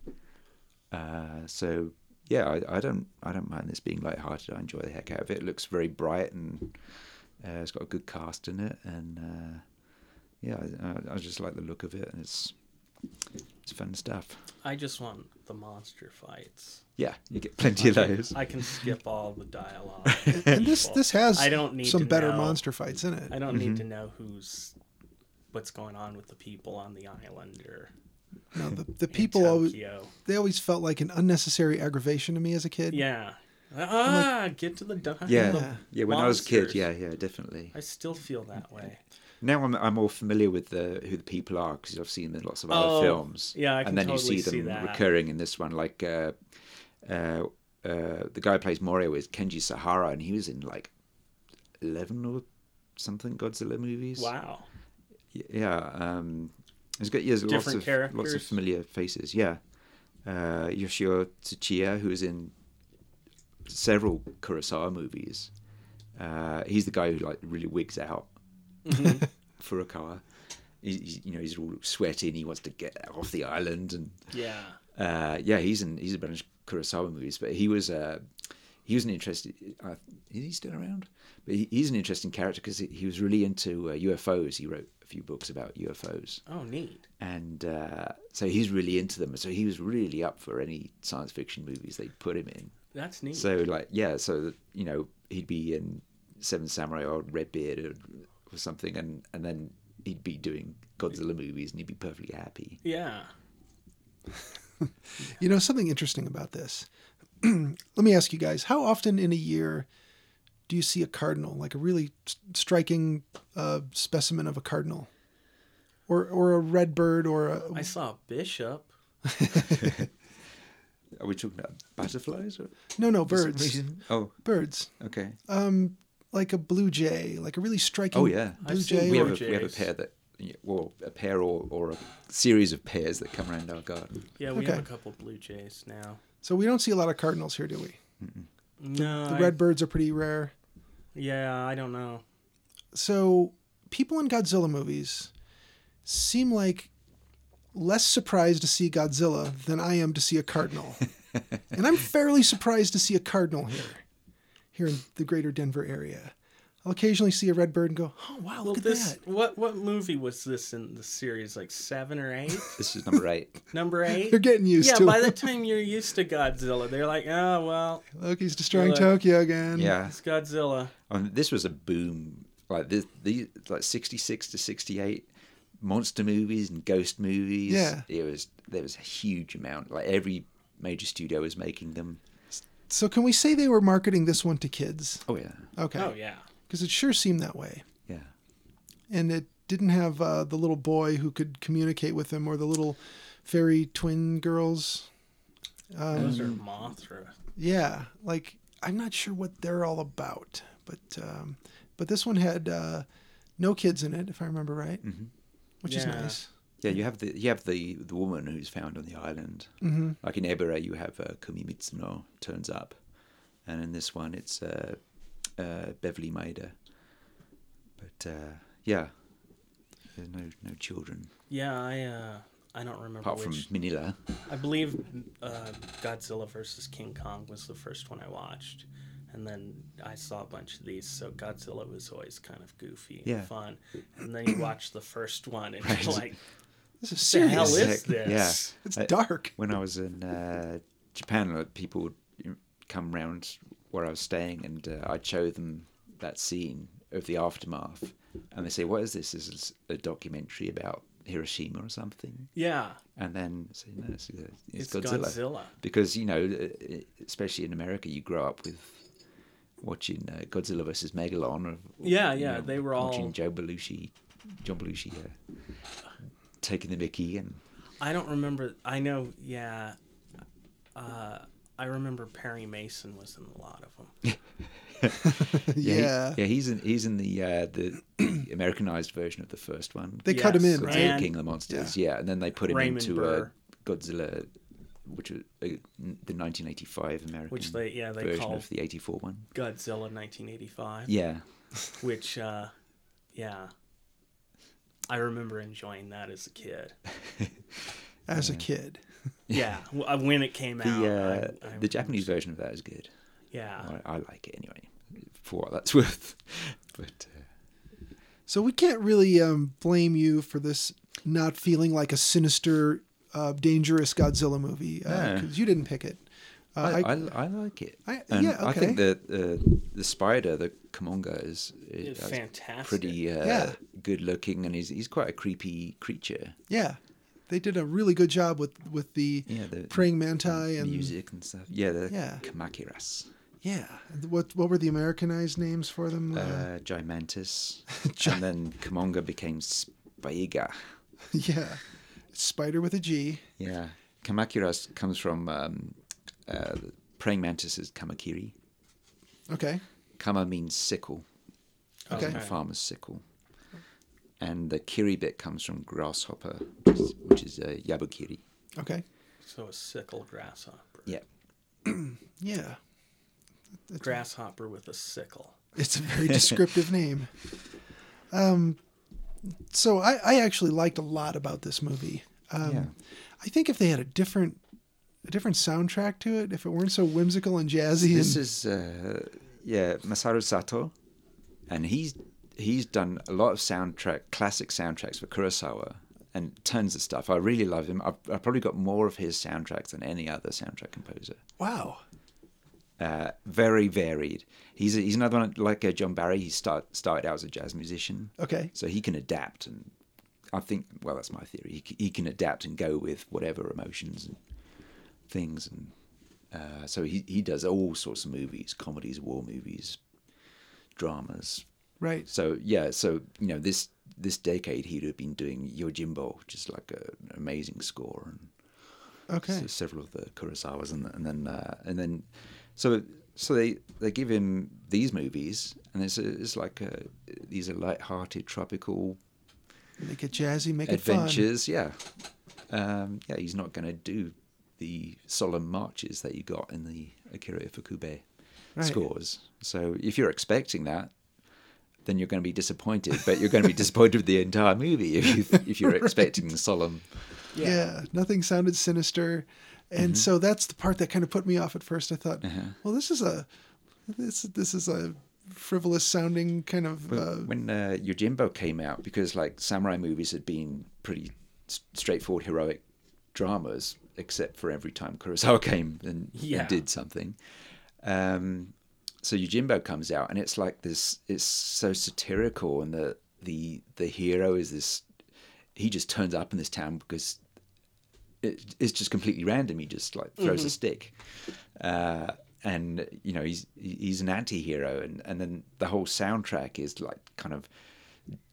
Uh, so yeah, I, I don't I don't mind this being lighthearted. I enjoy the heck out of it. It looks very bright and uh, it's got a good cast in it, and uh, yeah, I- I, I just like the look of it, and it's it's fun stuff. I just want the monster fights. Yeah, you get plenty of I can- those. I can skip all the dialogue. and this this has I don't need some to better know. monster fights in it. I don't Mm-hmm. need to know who's what's going on with the people on the island or No, the, the in people always Tokyo. they always felt like an unnecessary aggravation to me as a kid. Yeah. Ah, get to the di- Yeah, the yeah. When I was a kid, monsters. yeah, yeah, definitely. I still feel that Mm-hmm. way. Now I'm I'm more familiar with the who the people are because I've seen them in lots of other Oh, films. yeah, I can and then totally you see see them that. recurring in this one. Like uh, uh, uh, the guy who plays Morio is Kenji Sahara, and he was in like eleven or something Godzilla movies. Wow. Y- Yeah, um, he's got yeah, there's lots Different of lots of characters. familiar faces. Yeah, uh, Yoshio Tsuchiya, who is in several Kurosawa movies. Uh, he's the guy who like really wigs out. Mm-hmm. Furukawa. He- He's, you know, he's all sweaty and he wants to get off the island. And Yeah. uh, yeah, he's in he's in a bunch of Kurosawa movies, but he was uh, he was an interesting. Uh, is he still around? But he, he's an interesting character because he, he was really into uh, UFOs. He wrote a few books about UFOs, Oh, neat. and uh, so he's really into them. So he was really up for any science fiction movies they put him in. That's neat. So like yeah, so that, you know he'd be in Seven Samurai or Red Beard or, or something, and and then he'd be doing Godzilla movies and he'd be perfectly happy. yeah. You know something interesting about this. Let me ask you guys: How often in a year do you see a cardinal, like a really s- striking uh, specimen of a cardinal, or or a red bird, or a, I saw a bishop. Are we talking about butterflies or no no for some birds reason? Oh, birds okay. um like a blue jay, like a really striking Oh, yeah. blue I've seen jay. we or- have a, we have a Jays. pair that well a pair or or a series of pairs that come around our garden. Yeah, we have a Okay. couple blue jays now. so we don't see a lot of cardinals here, do we? No. The I- red birds are pretty rare. yeah, I don't know. so people in Godzilla movies seem like less surprised to see Godzilla than I am to see a cardinal. and I'm fairly surprised to see a cardinal here, here in the greater Denver area. I'll occasionally see a red bird and go, "Oh wow, Well, look at this that!" what what movie was this in the series? Like seven or eight? This is number eight. Number eight? They're getting used yeah, to by it. the time you're used to Godzilla, they're like, oh well, Loki's destroying Look. Tokyo again. yeah, it's Godzilla. and this was a boom. Like this, these like sixty six to sixty eight monster movies and ghost movies. Yeah. it was there was a huge amount. Like every major studio was making them. So can we say they were marketing this one to kids? Oh yeah, Oh Okay. yeah. Because it sure seemed that way, yeah. and it didn't have uh, the little boy who could communicate with him, or the little fairy twin girls. Those are Mothra. Yeah, like I'm not sure what they're all about, but um, but this one had uh, no kids in it, if I remember right, mm-hmm. which is Yeah. nice. Yeah, you have the you have the, the woman who's found on the island. Mm-hmm. Like in Ebere, you have uh, Kumi Mitsuno turns up, and in this one, it's uh, uh, Beverly Maida. But uh, yeah, there's no no children Yeah, I uh, I don't remember apart which. from Manila. I believe uh, Godzilla versus King Kong was the first one I watched, and then I saw a bunch of these. So Godzilla was always kind of goofy and Yeah. fun, and then you watch the first one and Right. you're like, This is "What the serious. hell Oh, is Sick. this?" It's I- dark. when I was in uh, Japan, like, people would come round where I was staying, and uh, I'd show them that scene of the aftermath, and they say, "What is this? This is a documentary about Hiroshima or something?" Yeah, And then I say, "No, it's, uh, it's, it's, Godzilla. Godzilla. because you know, uh, especially in America, you grow up with watching uh, Godzilla versus Megalon. Or, Yeah, you yeah, they were all- watching Joe Belushi, John Belushi, uh, taking the Mickey, and I don't remember. I know. Yeah, uh, I remember Perry Mason was in a lot of them. Yeah, he- yeah. yeah. He's in he's in the uh, the, the Americanized version of the first one. They cut him Yes, in, Godzilla right? Rand- King of the Monsters. Yeah. and then they put him Raymond into uh, Burr. Godzilla, which was uh, the 1985 American Which they- yeah, they version call- of the 84 one. Godzilla 1985. Yeah, which uh yeah i remember enjoying that as a kid As a kid. yeah w- uh, when it came the out uh, I- I Uh. the Japanese version of that is good. yeah I, I like it anyway, for what that's worth. But uh, So we can't really um, blame you for this not feeling like a sinister, uh, dangerous Godzilla movie because No. you didn't pick it. Uh, I, I, I, I like it. I- and yeah, I think okay. that uh, the spider, the Komonga, is, is It's fantastic. pretty uh, Yeah. good looking, and he's he's quite a creepy creature. yeah, they did a really good job with with the Yeah, the praying manti and music and stuff. Yeah, the Yeah. Kamakiras, yeah. What what were the Americanized names for them? uh, Gymantis, Gy- and then Komonga became Spaiga. yeah, spider with a G. Yeah, Kamakiras comes from um, uh, praying mantis is Kamakiri. Okay. Kama means sickle. as in Okay. a farmer's sickle. And the kiri bit comes from grasshopper, which is, which is uh, yabukiri. Okay. so a sickle grasshopper Yeah. Yeah. grasshopper with a sickle It's a very descriptive name. Um, so I, I actually liked a lot about this movie. Um, Yeah. I think if they had a different a different soundtrack to it, if it weren't so whimsical and jazzy, This and, is uh, yeah Masaru Sato, and he's he's done a lot of soundtrack, classic soundtracks for Kurosawa, and tons of stuff. I really love him. I've, I've probably got more of his soundtracks than any other soundtrack composer. wow, uh, very varied. He's he's another one like uh, John Barry. He start, started out as a jazz musician. Okay. So he can adapt, and I think well, that's my theory. He, c- he can adapt and go with whatever emotions and things, and uh, so he he does all sorts of movies, comedies, war movies, dramas. right? So yeah, so you know this this decade he'd have been doing Yojimbo, which is like a, an amazing score and Okay, so several of the Kurosawas, and, and then uh, and then so so they they give him these movies, and it's it's like a, these are light-hearted tropical make it jazzy, make it adventures. Yeah, um, yeah. He's not going to do the solemn marches that you got in the Akira Ifukube Right. scores. So if you're expecting that. Then you're going to be disappointed, but you're going to be disappointed with the entire movie if you if you're expecting solemn. fun. Yeah. nothing sounded sinister, and so that's the part that kind of put me off at first. I thought, well, this is a this this is a frivolous sounding kind of. When, Uh, when uh, Yojimbo came out, because like samurai movies had been pretty s- straightforward heroic dramas, except for every time Kurosawa came and, and Yeah. did something. Um, so Yojimbo comes out, and it's like this. It's so satirical, and the the the hero is this. He just turns up in this town because it, it's just completely random. He just like throws a stick, uh, and you know he's he's an anti-hero and and then the whole soundtrack is like kind of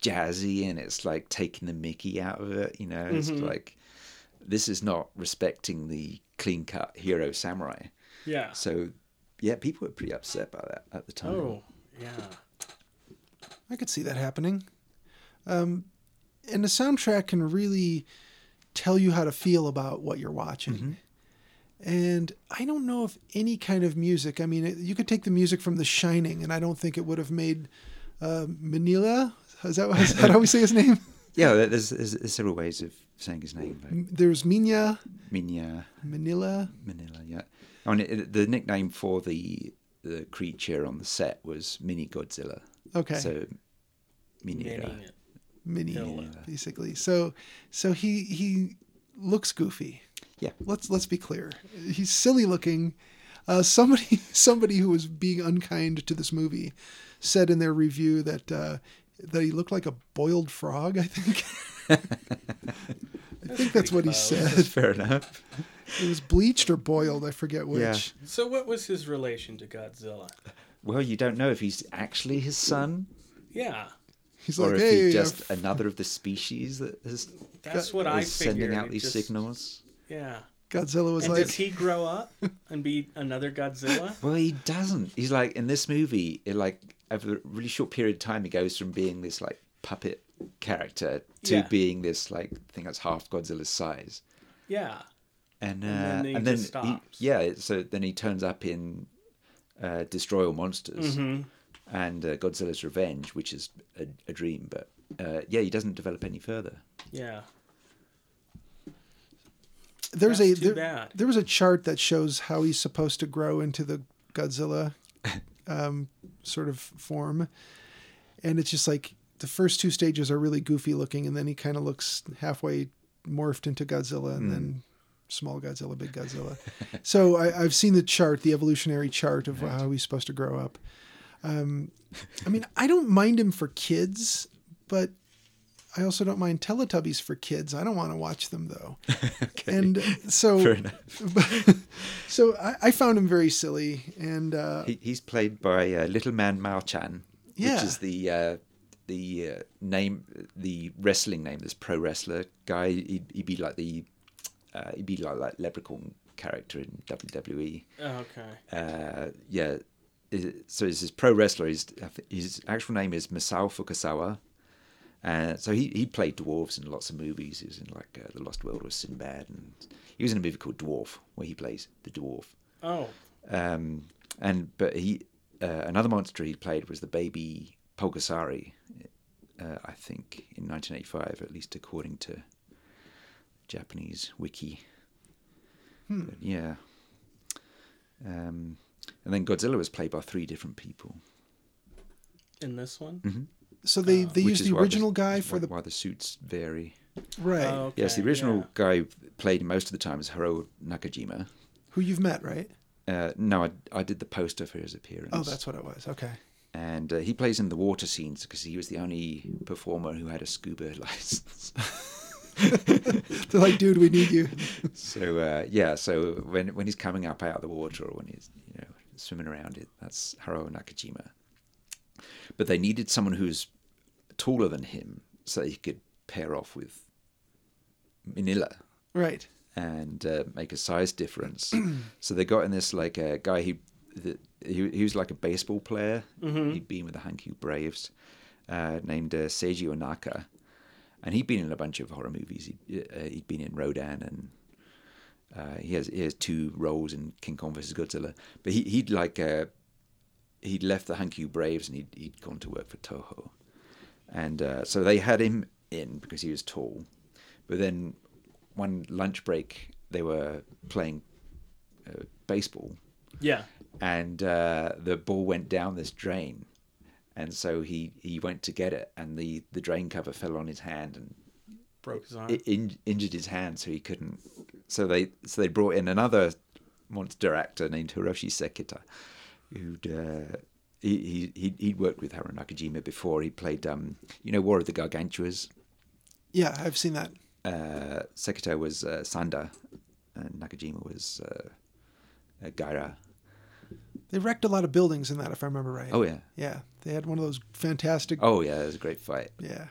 jazzy and it's like taking the Mickey out of it. You know, it's like this is not respecting the clean-cut hero samurai. Yeah. So yeah, people were pretty upset by that at the time. Oh, yeah. I could see that happening. Um, and the soundtrack can really tell you how to feel about what you're watching. And I don't know if any kind of music, I mean, it, you could take the music from The Shining, and I don't think it would have made uh, Manila. Is that, is that how we say his name? Yeah, there- there's, there's there's several ways of saying his name. Like There's Minya, Minya Manila. Manila, yeah. I mean, it, the nickname for the the creature on the set was Mini Godzilla. Okay. So uh, Minira. Manning it. mini Manila. basically. So so he he looks goofy. Yeah. Let's let's be clear. He's silly looking. Uh, somebody somebody who was being unkind to this movie said in their review that uh, that he looked like a boiled frog. I think. I think that's what he said. Fair enough. It was bleached or boiled. I forget which. Yeah. So, what was his relation to Godzilla? Well, you don't know if he's actually his son Yeah, He's or like, if hey, he's uh, just another of the species that is, that's what I is figured. sending out It these just- signals. Yeah. Godzilla was And like, does he grow up and be another Godzilla? Well, he doesn't. He's like in this movie. It like over a really short period of time, he goes from being this like puppet character to Yeah. being this like thing that's half Godzilla's size. Yeah. And, uh, then and he then, just he- stops. yeah, so then he turns up in uh, Destroy All Monsters Mm-hmm. and uh, Godzilla's Revenge, which is a, a dream. But uh, yeah, he doesn't develop any further. Yeah. there's That's a too there, bad. there was a chart that shows how he's supposed to grow into the Godzilla um, sort of form, and it's just like the first two stages are really goofy looking, and then he kind of looks halfway morphed into Godzilla, and Hmm. then small Godzilla, big Godzilla. so I, I've seen the chart, the evolutionary chart of how he's supposed to grow up. Um, I mean, I don't mind him for kids, but I also don't mind Teletubbies for kids. I don't want to watch them though. okay. And uh, so, Fair enough. so I, I found him very silly, and uh, He, he's played by uh, Little Man Mao Chan, Yeah. which is the uh, the uh, name, the wrestling name. This pro wrestler guy. He'd, he'd be like the uh, he'd be like like leprechaun character in E. WWE. Oh, Okay. Uh, yeah. Is- So he's this pro wrestler. He's, I thi- his actual name is Masao Fukasawa. Uh, so he, he played dwarves in lots of movies. He was in like uh, The Lost World with Sinbad, and he was in a movie called Dwarf, where he plays the dwarf. Oh. Um, and but he uh, another monster he played was the baby Polgasari, uh, I think in 1985, at least according to Japanese wiki. Hmm. But yeah. Um, and then Godzilla was played by three different people, In this one? Mm-hmm. so they they uh, which used is the why original guy for why, the why the suits vary. right Oh, okay, yes, the original yeah. guy played most of the time is Harold Nakajima. who you've met, right? Uh, no, I, I did the poster for his appearance. Oh, that's what it was. Okay, and uh, he plays in the water scenes because he was the only performer who had a scuba license. they're like, dude, we need you. so uh, yeah, so when when he's coming up out of the water or when he's you know swimming around it, that's Haruo Nakajima. But they needed someone who's taller than him so he could pair off with Manila right. and uh, make a size difference. so they got in this like a guy who that he, he was like a baseball player. He'd been with the Hankyu Braves, uh, named uh, Seiji Onaka, and he'd been in a bunch of horror movies. He'd, uh, he'd been in Rodan and. Uh, he has he has two roles in King Kong versus Godzilla, but he he'd like uh, he'd left the Hankyu Braves and he'd he'd gone to work for Toho, and uh, so they had him in because he was tall, but then one lunch break they were playing uh, baseball Yeah. and uh, the ball went down this drain and so he he went to get it, and the the drain cover fell on his hand and broke his arm. it in, injured his hand, so he couldn't. So they so they brought in another monster actor named Hiroshi Sekita, who'd uh, he he he'd- he'd worked with Haru Nakajima before. He played um you know War of the Gargantuas. Yeah, I've seen that. Uh, Sekita was uh, Sanda, and Nakajima was uh, uh, Gaira. They wrecked a lot of buildings in that, if I remember right. Oh yeah, Yeah, they had one of those fantastic oh yeah, it was a great fight. yeah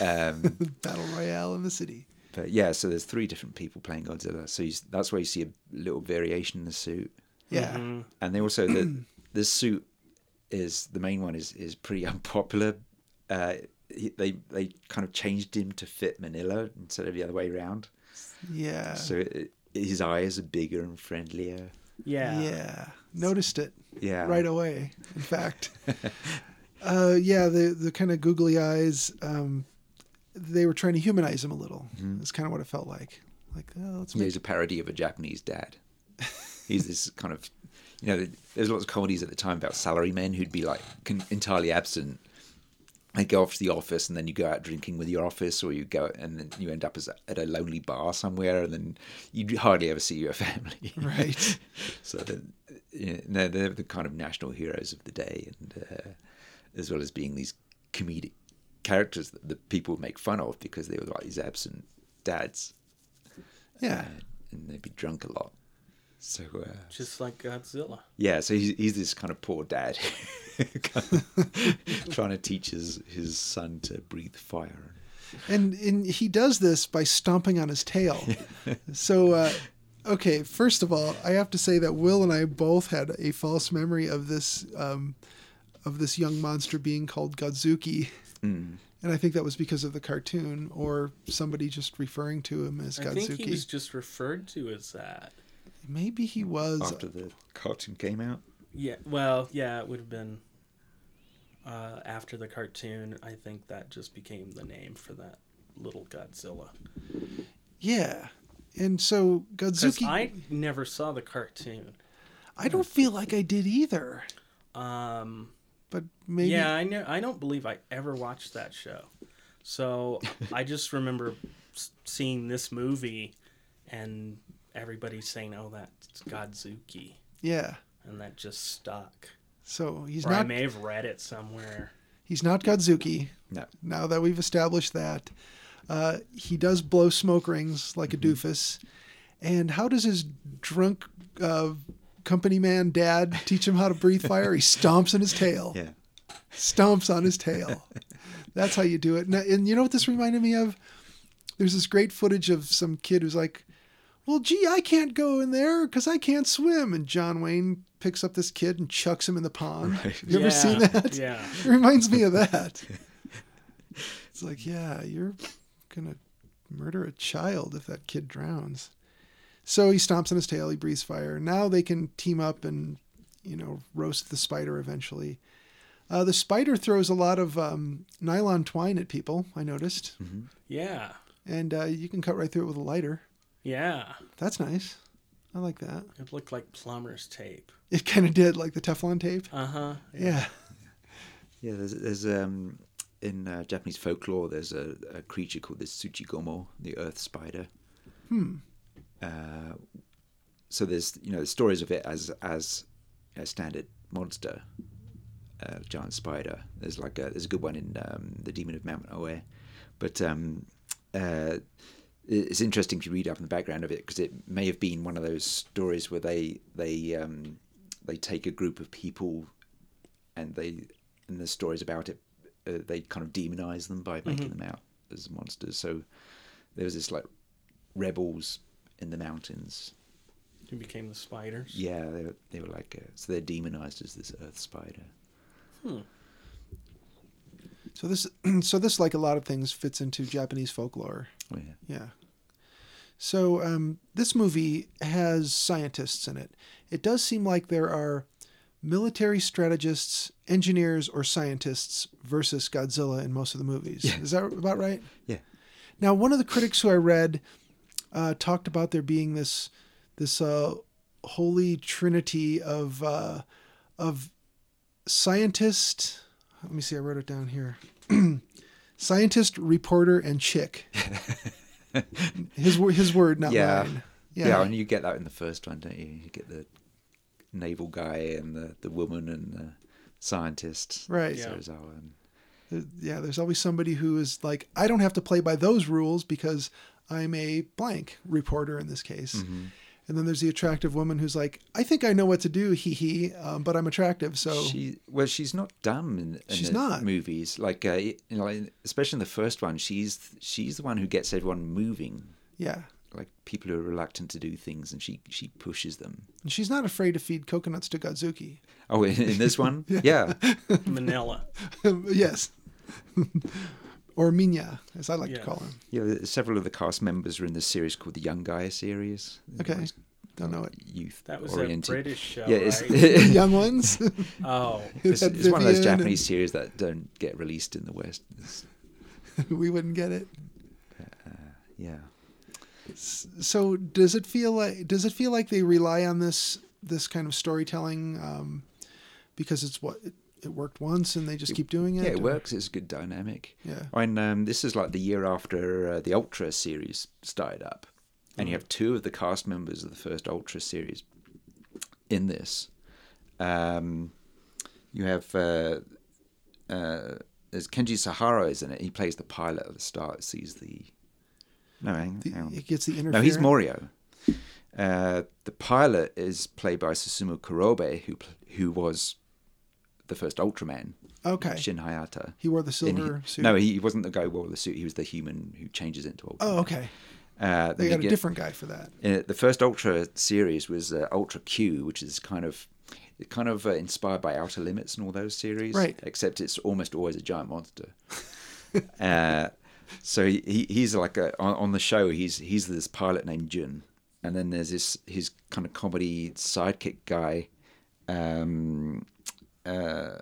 Um, battle royale in the city. But yeah, so there's three different people playing Godzilla. So you, s- that's why you see a little variation in the suit, Yeah, and they also the the suit is the main one is is pretty unpopular. Uh, he, they they kind of changed him to fit Manila instead of the other way around. yeah, So it, his eyes are bigger and friendlier. yeah. yeah. Noticed it. Yeah, right away. In fact, uh, yeah, the the kind of googly eyes. Um, they were trying to humanize him a little. That's kind of what it felt like. Like, oh, let's Mm-hmm. Yeah, make he's a parody of a Japanese dad. He's this kind of, you know, there's lots of comedies at the time about salarymen who'd be like con- entirely absent. They go off to the office and then you go out drinking with your office, or you go and then you end up as a, at a lonely bar somewhere, and then you hardly ever see your family. Right. so then, you know, no, they're the kind of national heroes of the day, and uh, as well as being these comedic characters that the people make fun of because they were like these absent dads yeah, Uh, and they'd be drunk a lot. So uh, Just like Godzilla. yeah, so he's he's this kind of poor dad, kind of trying to teach his his son to breathe fire. and and he does this by stomping on his tail. so, uh, okay, first of all, I have to say that Will and I both had a false memory of this um, of this young monster being called Godzuki. And I think that was because of the cartoon, or somebody just referring to him as I Godzuki. think he was just referred to as that. Maybe he was. After the cartoon came out, Yeah. Well, yeah, it would have been uh, after the cartoon. I think that just became the name for that little Godzilla. Yeah. And so 'Cause Godzuki, I... I never saw the cartoon. don't feel like I did either. Um, But maybe Yeah, I know. I don't believe I ever watched that show. So I just remember s- seeing this movie, and everybody saying, "Oh, that's Godzuki," yeah. and that just stuck. So he's Or I not may have read it somewhere. he's not Godzuki. no, Now that we've established that, uh, he does blow smoke rings like Mm-hmm. a doofus. And how does his drunk uh, company man dad teach him how to breathe fire? He stomps on his tail. yeah, stomps on his tail. That's how you do it. And, and you know what this reminded me of? There's this great footage of some kid who's like, "Well, gee, I can't go in there because I can't swim." And John Wayne picks up this kid and chucks him in the pond. Right. You ever yeah, seen that? Yeah. It reminds me of that. It's like, yeah, you're gonna murder a child if that kid drowns. So he stomps on his tail. He breathes fire. Now they can team up and, you know, roast the spider eventually. Uh, the spider throws a lot of um, nylon twine at people. I noticed, Yeah. and uh, you can cut right through it with a lighter. Yeah. That's nice. I like that. It looked like plumber's tape. It kind of did, like the Teflon tape. Uh huh. Yeah. yeah. There's there's um in uh, Japanese folklore there's a, a creature called the Tsuchigomo, the Earth Spider. Hmm. Uh, so there's you know the stories of it as as a standard monster, uh, giant spider. There's like a there's a good one in um, the Demon of Mount Oe, but um, uh, it's interesting to read up in the background of it because it may have been one of those stories where they they um, they take a group of people and they and the stories about it uh, they kind of demonize them by making Mm-hmm. them out as monsters. So there was this like rebels in the mountains Who became the spiders? yeah, they were, they were like uh, so they're demonized as this Earth Spider. So this, so this, like a lot of things, fits into Japanese folklore. Oh, yeah. Yeah. So um, this movie has scientists in it. It does seem like there are military strategists, engineers, or scientists versus Godzilla in most of the movies. Is that about right? Yeah. Now, one of the critics who I read uh, talked about there being this this uh, holy trinity of uh, of scientist, Let me see. I wrote it down here. Scientist, reporter, and chick. his wo- his word, not Yeah. mine. Yeah. Yeah. and you get that in the first one, don't you? You get the naval guy and the, the woman and the scientist. Right. So Yeah. is our one. There- yeah, there's always somebody who is like, I don't have to play by those rules because I'm a blank reporter in this case. Mm-hmm. And then there's the attractive woman who's like, I think I know what to do, hee hee, um, but I'm attractive. So, She well, she's not dumb in, in She's the not. movies. Like, uh, you know, like, especially in the first one, she's she's the one who gets everyone moving. yeah. Like people who are reluctant to do things, and she she pushes them. And she's not afraid to feed coconuts to Godzuki. Oh, in, in this one, yeah, Manila. yes. or Minya, as I like to Yeah. call him. yeah. the- Several of the cast members are in this series called the Young Guy series. Okay. Don't know it. Youth That was oriented. a British show, yeah, it's, right? The young ones. oh, It's, had it's one of those Vivian and- Japanese series that don't get released in the West. It's- we wouldn't get it. yeah. So does it feel like does it feel like they rely on this this kind of storytelling um, because it's what it, it worked once and they just keep doing it? Yeah, it or- works. It's a good dynamic. Yeah. And um, this is like the year after uh, the Ultra series started up. And you Mm. have two of the cast members of the first Ultra series in this. Um, you have. Uh, uh, there's Kenji Sahara is in it. He plays the pilot at the start, sees the. No, hang, The- hang on. it gets the interference. No, he's Morio. Uh, the pilot is played by Susumu Kurobe, who pl- who was the first Ultraman, okay. Shin Hayata. He wore the And he- silver suit. No, he wasn't the guy who wore the suit. He was the human who changes into Ultraman. Oh, okay. Uh, then They you got a get- different guy for that. uh, the first Ultra series was uh, Ultra Q, which is kind of it kind of uh, inspired by Outer Limits and all those series, Right. Except it's almost always a giant monster. uh, so he, he he's like a, on, on the show. He's he's this pilot named Jun, and then there's this his kind of comedy sidekick guy, um, uh,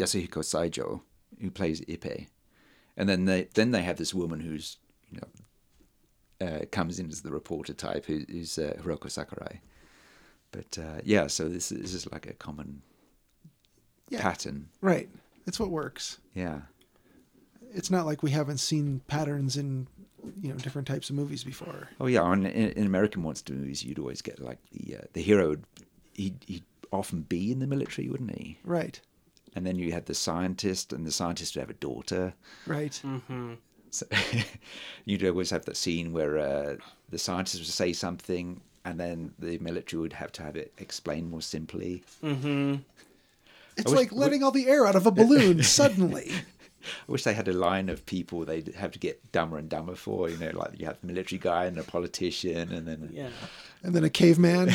Yasuhiko Saijo, who plays Ipe, and then they then they have this woman who's you know uh, comes in as the reporter type, who, who's uh, Hiroko Sakurai. But uh, yeah, so this, is- this is like a common Yeah. pattern. Right. It's what works. Yeah, It's not like we haven't seen patterns in you know different types of movies before. Oh yeah, and in, in American monster movies, you'd always get like the uh, the hero. would- He'd, he'd often be in the military, wouldn't he? Right. And then you had the scientist, and the scientist would have a daughter. Right. So you'd always have that scene where uh, the scientist would say something, and then the military would have to have it explained more simply. It's wish- like letting all the air out of a balloon suddenly. I wish they had a line of people they'd have to get dumber and dumber for. You know, like you have the military guy and a politician, and then yeah. and then a caveman.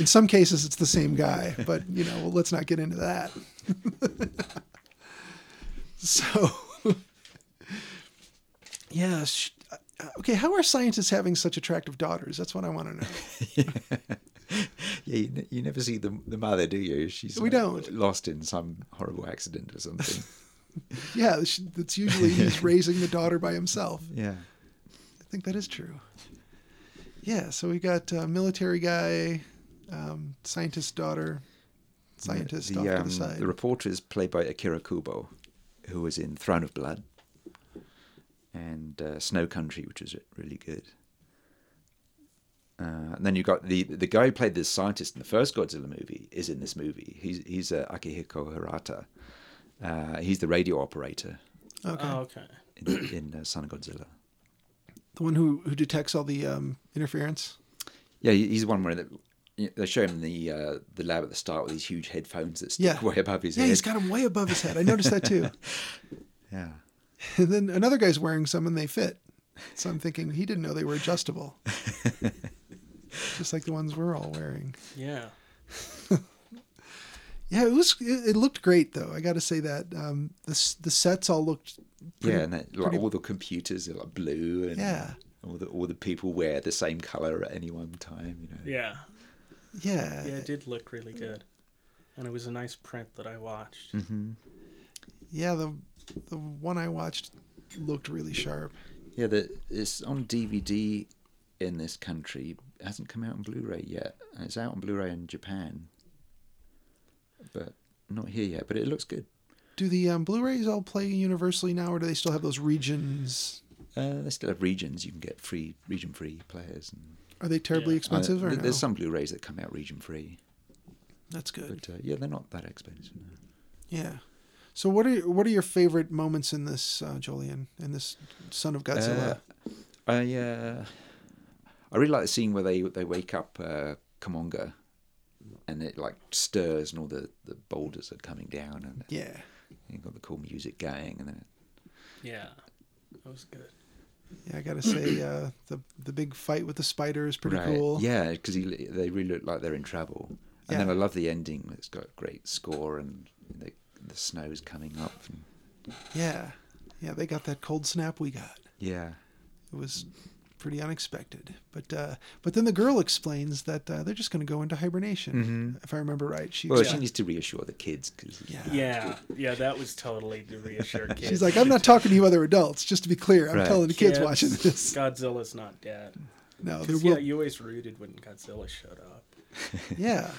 In some cases, it's the same guy, but you know, well, let's not get into that. so, yeah. Sh- uh, okay, how are scientists having such attractive daughters? That's what I want to know. Yeah, you, n- you never see the the mother, do you? She's We like, don't. lost in some horrible accident or something. Yeah, sh- that's usually he's raising the daughter by himself. yeah, I think that is true. Yeah, so we got uh, military guy, um, scientist daughter, scientist off to the side. the reporter is played by Akira Kubo, who was in Throne of Blood and uh, Snow Country, which was really good. Uh, and then you got the the guy who played the scientist in the first Godzilla movie is in this movie. He's he's uh, Akihiko Hirata. Uh, he's the radio operator okay. Oh, okay. in, in uh, Son of Godzilla. The one who who detects all the um, interference. Yeah, he- he's the one where they, they show him the uh, the lab at the start with these huge headphones that stick Yeah. way above his Yeah, head. he's got him way above his head. I noticed that too. yeah, And then another guy's wearing some and they fit. So I'm thinking he didn't know they were adjustable. Just like the ones we're all wearing. Yeah. Yeah, it was. It, it looked great though. I got to say that um, the s- the sets all looked. yeah, and that, like all the computers are like blue, and Yeah. all the all the people wear the same color at any one time. You know, Yeah. Yeah, Yeah, yeah, it did look really good. And it was a nice print that I watched. Mm-hmm. the the one I watched looked really sharp. yeah, the, it's on DVD in this country. It hasn't come out on Blu-ray yet. And It's out on Blu-ray in Japan, but not here yet. But it looks good. do the um, Blu-rays all play universally now, or do they still have those regions? Uh, they still have regions. You can get free region free players. And, Are they terribly Yeah. expensive? Uh, or th- no? There's some Blu-rays that come out region free, That's good. but uh, yeah, they're not that expensive. no. Yeah. So what are what are your favorite moments in this uh, Jolien in this Son of Godzilla? Uh, I uh, I really like the scene where they they wake up uh, Kamonga, and it like stirs, and all the, the boulders are coming down, and yeah. you've got the cool music going, and then Yeah, that was good. Yeah, I gotta say uh, the the big fight with the spider is pretty Right, cool. yeah, because they really look like they're in trouble, and then Yeah. I love the ending. It's got a great score, and the the snow's coming up. And, yeah. Yeah, they got that cold snap we got. yeah, It was pretty unexpected. But uh, but then the girl explains that uh, they're just gonna go into hibernation, if I remember right. She, Mm-hmm. well, yeah. she needs to reassure the kids because yeah. Yeah, yeah, that was totally to reassure kids. She's like, I'm not talking to you other adults, just to be clear. I'm Right. telling the kids watching this. Godzilla's not dead. No, there 'Cause, will Yeah, you always rooted when Godzilla showed up. yeah.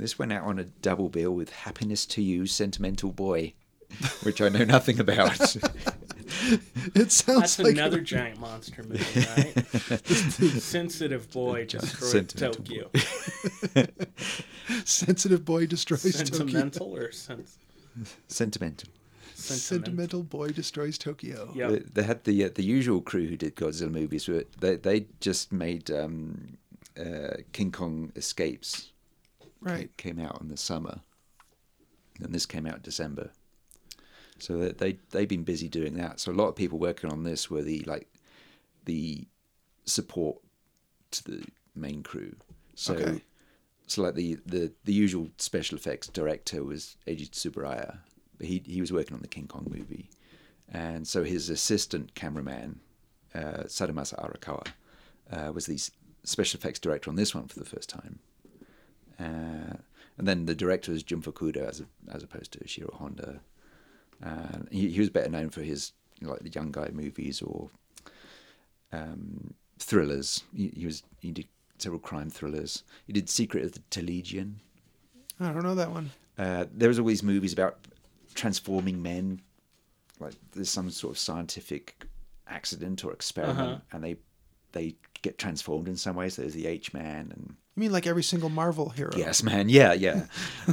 This went out on a double bill with Happiness to You, Sentimental Boy, which I know nothing about. It sounds That's like another giant monster movie, right? Sensitive boy destroyed sentimental Tokyo. sensitive boy destroys Tokyo. Sentimental or sen- Sentimental. sentimental? Sentimental boy destroys Tokyo. Yeah. They, they had the uh, the usual crew who did Godzilla movies. Were, they they just made um, uh, King Kong Escapes. Right. It came out in the summer, and this came out in December. So they, they they've been busy doing that. So a lot of people working on this were the like the support to the main crew. So Okay. so like the, the the usual special effects director was Eiji Tsuburaya, but he he was working on the King Kong movie, and so his assistant cameraman uh, Sadamasa Arakawa uh, was the s- special effects director on this one for the first time. Uh, and then the director was Jun Fukuda as, as opposed to Shiro Honda. Uh, he, he was better known for his you know, like the young guy movies or um, thrillers. He, he was he did several crime thrillers. He did Secret of the Telegion. I don't know that one. Uh, there was all these movies about transforming men, like there's some sort of scientific accident or experiment, Uh-huh. and they they get transformed in some way. So there's the H Man and You mean like every single Marvel hero? Yes, man. Yeah, yeah.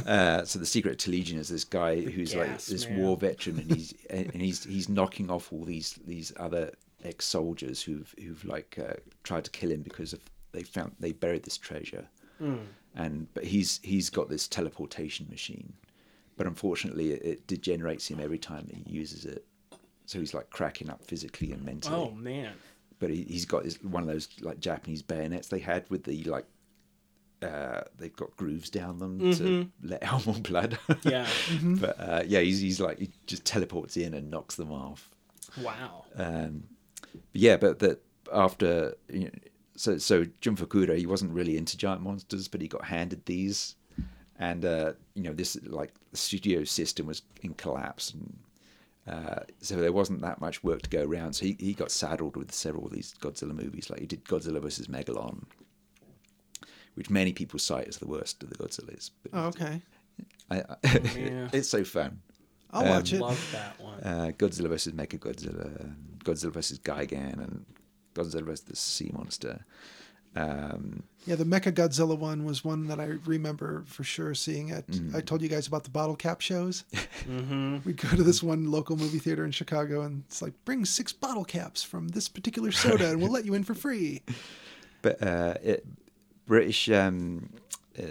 uh, so the secret to Legion is this guy who's like gas this man. war veteran, and he's and he's he's knocking off all these these other ex soldiers who've who've like uh, tried to kill him because of they found they buried this treasure, Hmm. and but he's he's got this teleportation machine, but unfortunately it, it degenerates him every time he uses it, so he's like cracking up physically and mentally Oh man, but he, he's got his, one of those like Japanese bayonets they had with the like uh, they've got grooves down them to let out more blood. yeah, but uh, yeah, he's, he's like he just teleports in and knocks them off. wow. Um, but yeah, but that after you know, so so Jun Fukuda he wasn't really into giant monsters, but he got handed these, and uh, you know this like the studio system was in collapse, and uh, so there wasn't that much work to go around. So he, he got saddled with several of these Godzilla movies, like he did Godzilla versus Megalon, which many people cite as the worst of the Godzillas. But Oh, okay. I, I, Yeah. it's so fun. I'll Um, watch it. Love that one. Uh, Godzilla vs. Mega Godzilla, Godzilla vs. Gigan, and Godzilla vs. the Sea Monster. Um, Yeah, the Mecha Godzilla one was one that I remember for sure seeing at. Mm-hmm. I told you guys about the bottle cap shows. We'd go to this one local movie theater in Chicago, and it's like, bring six bottle caps from this particular soda, and we'll let you in for free. but uh, it, British um, uh,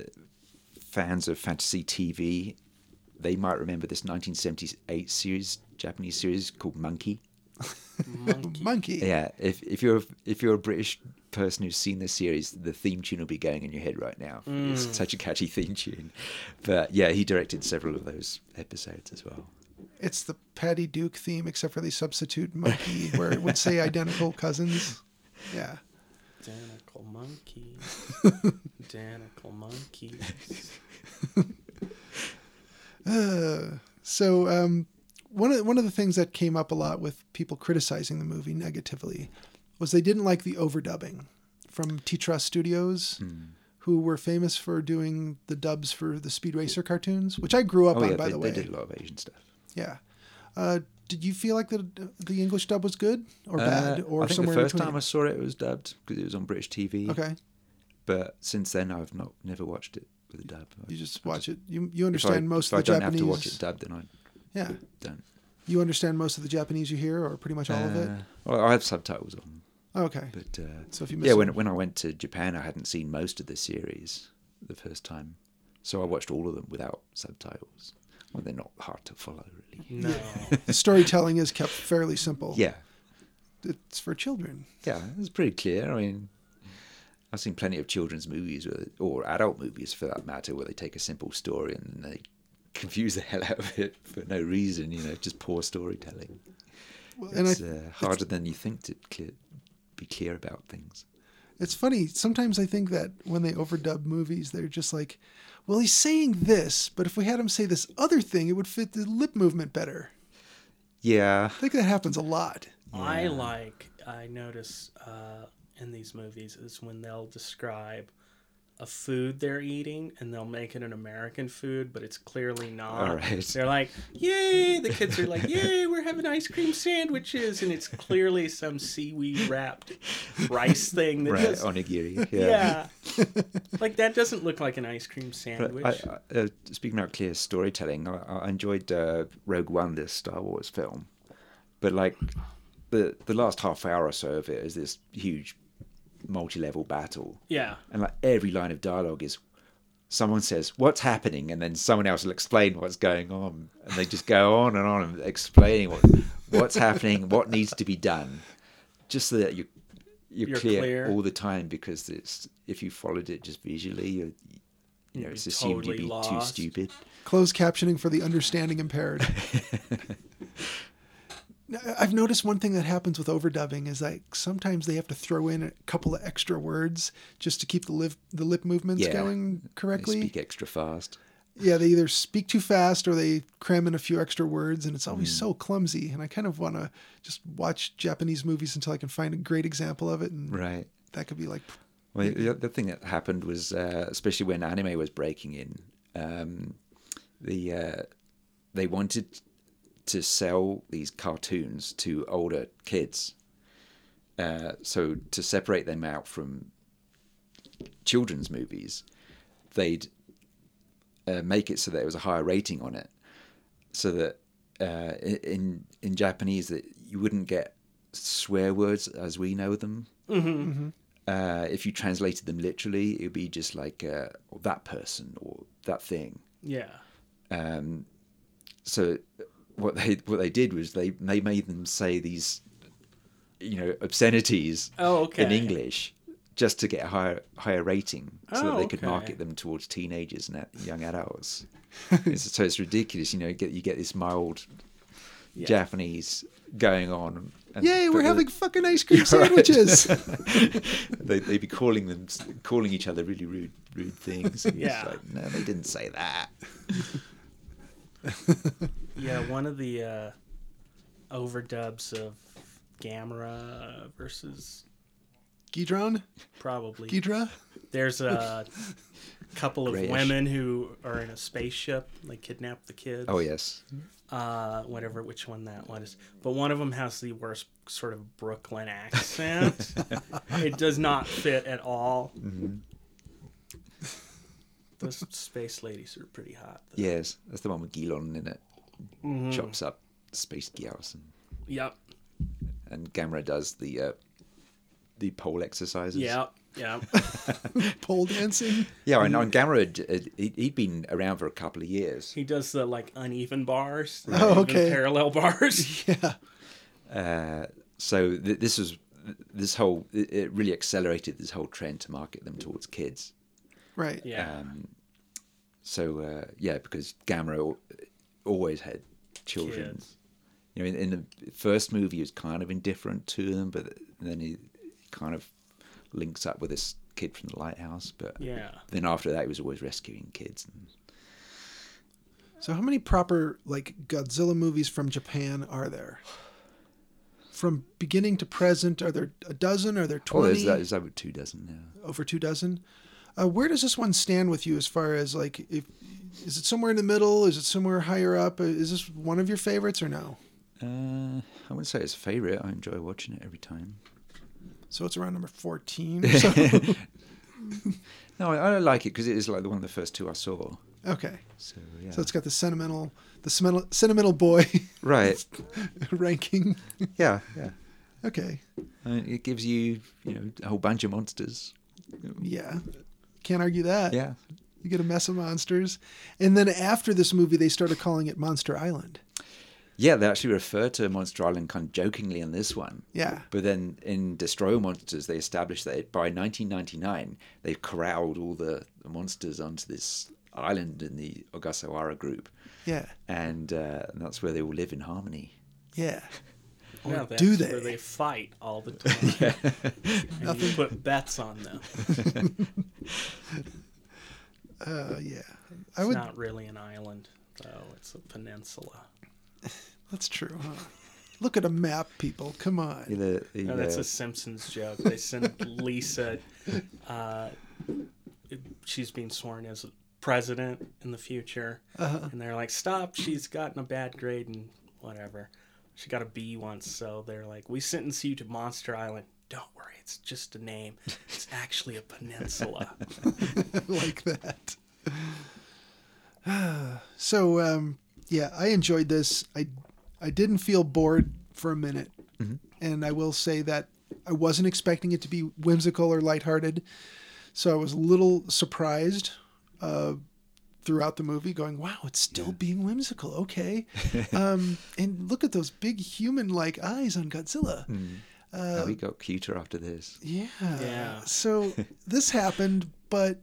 fans of fantasy TV, they might remember this 1978 series, Japanese series called Monkey. Monkey. Monkey. Yeah, if, if you're if you're a British person who's seen this series, the theme tune will be going in your head right now. It's such a catchy theme tune. But yeah, he directed several of those episodes as well. It's the Patty Duke theme, except for the substitute monkey, where it would say identical cousins. Yeah. Identical monkey. Identical monkey. So um, one of one of the things that came up a lot with people criticizing the movie negatively was they didn't like the overdubbing from T Trust Studios, Hmm. who were famous for doing the dubs for the Speed Racer cartoons, which I grew up Oh on yeah, by they, the they way. did a lot of Asian stuff. Yeah. Uh, did you feel like the the English dub was good or bad Uh, or I think somewhere the first in time I between? saw it, it was dubbed because it was on British TV. okay, But since then, I've not never watched it with a dub. I- you just I watch it. You you if I- understand most if of the I don't Japanese. have to watch it dubbed, then I Yeah, don't. you understand most of the Japanese you hear, or pretty much all of it. Uh, well, I have subtitles on, Okay, but uh, so if you miss yeah, when when I went to Japan, I hadn't seen most of the series the first time, so I watched all of them without subtitles. Well, they're not hard to follow, really. No. the storytelling is kept fairly simple. Yeah, it's for children. yeah, it's pretty clear. I mean, I've seen plenty of children's movies where- or adult movies for that matter, where they take a simple story and then they confuse the hell out of it for no reason. You know, just poor storytelling. Well, and I, It's uh, harder than you think to clear, be clear about things. It's funny. Sometimes I think that when they overdub movies, they're just like, well, he's saying this, but if we had him say this other thing, it would fit the lip movement better. Yeah, I think that happens a lot. I like I notice uh, in these movies is when they'll describe a food they're eating and they'll make it an American food, but it's clearly not. All right. They're like, "Yay!" The kids are like, "Yay! We're having ice cream sandwiches," and it's clearly some seaweed wrapped rice thing that right, just onigiri. yeah. Yeah. like that doesn't look like an ice cream But sandwich. I, I, uh, speaking about clear storytelling, I, I enjoyed uh, Rogue One, this Star Wars film, but like the the last half hour or so of it is this huge multi-level battle, yeah. and like every line of dialogue is someone says what's happening, and then someone else will explain what's going on, and they just go on and on and explaining what, what's happening, what needs to be done, just so that you. You're, You're clear, clear. all the time because it's if you followed it just visually, you're, you know, You'd it's be assumed totally you'd be too lost. stupid. Closed captioning for the understanding impaired. Now, I've noticed one thing that happens with overdubbing is like sometimes they have to throw in a couple of extra words just to keep the lip the lip movements Yeah. going correctly. They speak extra fast. Yeah, they either speak too fast or they cram in a few extra words, and it's always Hmm. so clumsy. And I kind of want to just watch Japanese movies until I can find a great example of it, and Right. that could be like, Well, the other thing that happened was, uh, especially when anime was breaking in, um, the uh, they wanted to sell these cartoons to older kids. Uh, so to separate them out from children's movies, they'd uh, make it so that it was a higher rating on it, so that uh, i- in in Japanese that you wouldn't get swear words as we know them. Uh, if you translated them literally, it would be just like uh, or that person or that thing. Yeah. So what they what they did was they they made them say these, you know, obscenities Oh, okay. in English just to get a higher higher rating, so that Oh, they could okay. market them towards teenagers and a- young adults. It's- so it's ridiculous, you know. You get you get this mild Yeah. Japanese going on. And, "Yay, we're but uh, the- having fucking ice cream You're right. sandwiches!" they, they'd be calling them calling each other really rude rude things. And it's Yeah. like, no, they didn't say that. Yeah, one of the uh, overdubs of Gamera versus Ghidron, probably. Ghidra, There's a couple of Grayish. women who are in a spaceship. They kidnap the kids. Oh yes. Uh, whatever, which one that was. But one of them has the worst sort of Brooklyn accent. it does not fit at all. Mm-hmm. Those space ladies are pretty hot. Though. Yes. That's the one with Gilon in it. Chops up space gals and, Yep. and Gamera does the uh, the pole exercises. Yep. Yep. pole dancing. Yeah, and, and Gamera had- had- he'd, he'd been around for a couple of years. He does the like uneven bars, the Oh, uneven okay. parallel bars. Yeah, Uh, so th- this was this whole it it really accelerated this whole trend to market them towards kids. right. Ah, yeah, Um, So uh, yeah, because Gamera al- always had children. kids. You know, in, in the first movie, he was kind of indifferent to them, but then he, he kind of links up with this kid from the lighthouse. But Yeah, then after that, he was always rescuing kids. And So, how many proper like Godzilla movies from Japan are there? From beginning to present, are there a dozen? Are there oh, twenty? there's, there's over two dozen now. over two dozen. Uh, where does this one stand with you as far as like if Is it somewhere in the middle? Is it somewhere higher up? Uh, Is this one of your favorites or no? Uh, I wouldn't say it's a favorite. I enjoy watching it every time. So it's around number 14. or so. No, I, I like it because it is like the one of the first two I saw. okay. So yeah, So it's got the sentimental, the sentimental, sentimental boy right. ranking. Yeah, yeah. Okay. I mean, it gives you you know a whole bunch of monsters. Yeah. Can't argue that. Yeah, You get a mess of monsters. And then after this movie, they started calling it Monster Island. yeah. They actually refer to Monster Island kind of jokingly in this one. Yeah. But then in Destroy All Monsters, they established that by 1999, they corralled all the, the monsters onto this island in the Ogasawara group, Yeah. and, uh, and that's where they all live in harmony. Yeah. Now that's do Where they? they fight all the time. and you put bets on them. It's Uh, yeah. I would. not really an island, though. It's a peninsula. That's true. Huh? Look at a map, people. Come on. Yeah, the- the, No, Oh, that's uh, a Simpsons joke. They send Lisa. Uh, she's being sworn as president in the future, Uh-huh. and they're like, "Stop! She's gotten a bad grade and whatever. She got a B once, so they're like, we sentence you to Monster Island." Don't worry, it's just a name. It's actually a peninsula. like that. so um, yeah, I enjoyed this. I I didn't feel bored for a minute, and I will say that I wasn't expecting it to be whimsical or lighthearted, so I was a little surprised uh, throughout the movie. Going, wow, it's still being whimsical. Okay, um, and look at those big human-like eyes on Godzilla. oh, he got cuter after this. Yeah. Yeah. So this happened, but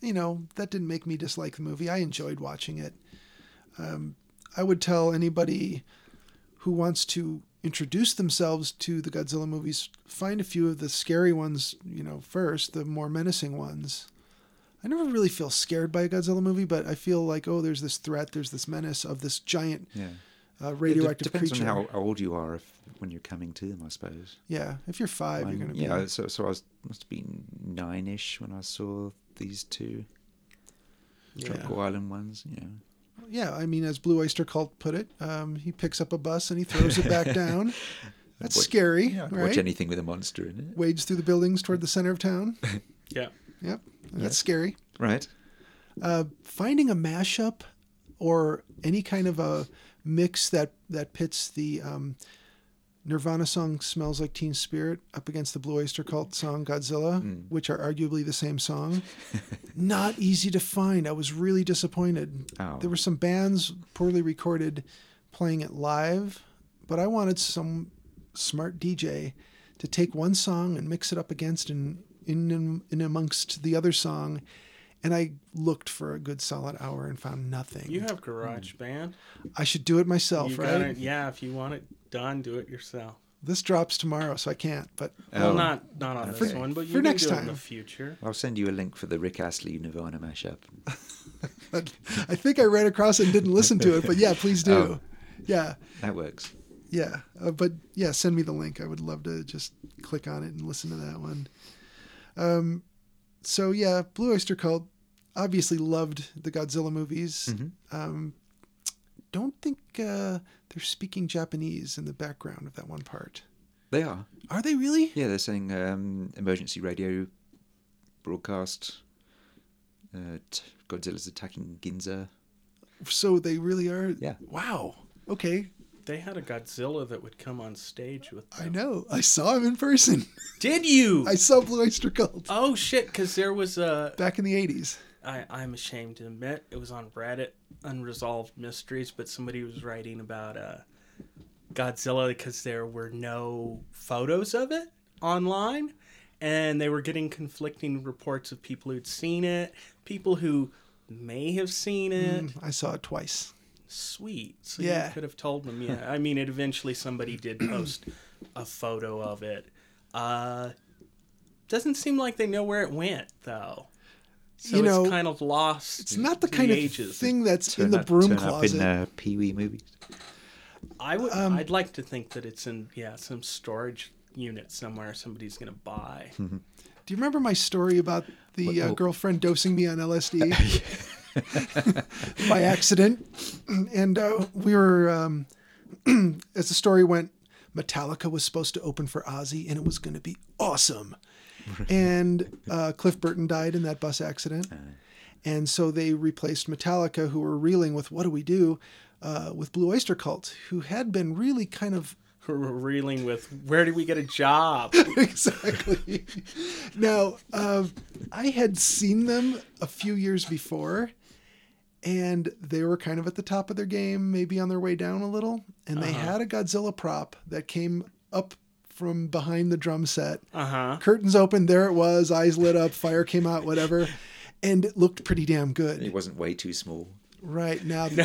you know that didn't make me dislike the movie. I enjoyed watching it. Um, I would tell anybody who wants to introduce themselves to the Godzilla movies, find a few of the scary ones. You know, first the more menacing ones. I never really feel scared by a Godzilla movie, but I feel like oh, there's this threat, there's this menace of this giant Yeah. uh, It de- radioactive depends creature. on how old you are if, when you're coming to them, I suppose. Yeah, if you're five, you're Mine- gonna be yeah, so, so I was, must have been nine ish when I saw these two Tropical Island ones, you know. Yeah, I mean, as Blue Oyster Cult put it, um, he picks up a bus and he throws it back down. That's Watch- scary, Yeah, I'd right? Watch anything with a monster in it. Wades through the buildings toward the center of town. yeah. Yep, that's scary. Right. Uh, finding a mashup or any kind of a mix that that pits the um, Nirvana song "Smells Like Teen Spirit" up against the Blue Oyster Cult song "Godzilla," Hmm. which are arguably the same song. Not easy to find. I was really disappointed. Oh. There were some bands poorly recorded playing it live, but I wanted some smart DJ to take one song and mix it up against and in, in, in amongst the other song. And I looked for a good solid hour and found nothing. You have Garage Hmm. Band. I should do it myself, You right? got it. Yeah, if you want it done, do it yourself. This drops tomorrow, so I can't. But Oh. Well, not not on this For- one, but for you can next do it in time. the future. I'll send you a link for the Rick Astley Nirvana mashup. but I think I ran across it and didn't listen to it. But yeah, please do. Oh. Yeah, That works. yeah. Uh, but yeah, send me the link. I would love to just click on it and listen to that one. Um, so yeah, Blue Oyster Cult obviously loved the Godzilla movies. Mm-hmm. Um, don't think uh, they're speaking Japanese in the background of that one part. They are. Are they really? Yeah, they're saying um, emergency radio broadcast. Uh, t- Godzilla's attacking Ginza. So they really are. Yeah. Wow. Okay. They had a Godzilla that would come on stage with. Them. I know. I saw him in person. Did you? I saw Blue Oyster Cult Oh shit! Because there was a. back in the 80s. I, I'm ashamed to admit it was on Reddit, unresolved mysteries, but somebody was writing about uh, Godzilla because there were no photos of it online, and they were getting conflicting reports of people who'd seen it, people who may have seen it. Mm, I saw it twice. Sweet. So Yeah. you could have told them. Yeah. I mean, it eventually somebody did post a photo of it. Uh, doesn't seem like they know where it went though. So You know, it's kind of lost. It's not the to kind of ages. thing that's in Turn the up- broom turn closet. Up in uh, Pee Wee movies. I would. um, I'd like to think that it's in yeah some storage unit somewhere. Somebody's gonna buy. Hmm. Do you remember my story about the What- uh, oh. girlfriend dosing me on LSD? by accident. And uh, we were, um, as the story went, Metallica was supposed to open for Ozzy and it was going to be awesome. And uh, Cliff Burton died in that bus accident. Uh. And so they replaced Metallica, who were reeling with what do we do, uh, with Blue Oyster Cult, who had been really kind of We're reeling with where do we get a job? exactly. now, uh, I had seen them a few years before, and they were kind of at the top of their game, maybe on their way down a little. And they had a Godzilla prop that came up from behind the drum set. Uh huh. Curtains open, there it was, eyes lit up, fire came out, whatever. And it looked pretty damn good. It wasn't way too small. Right now, the,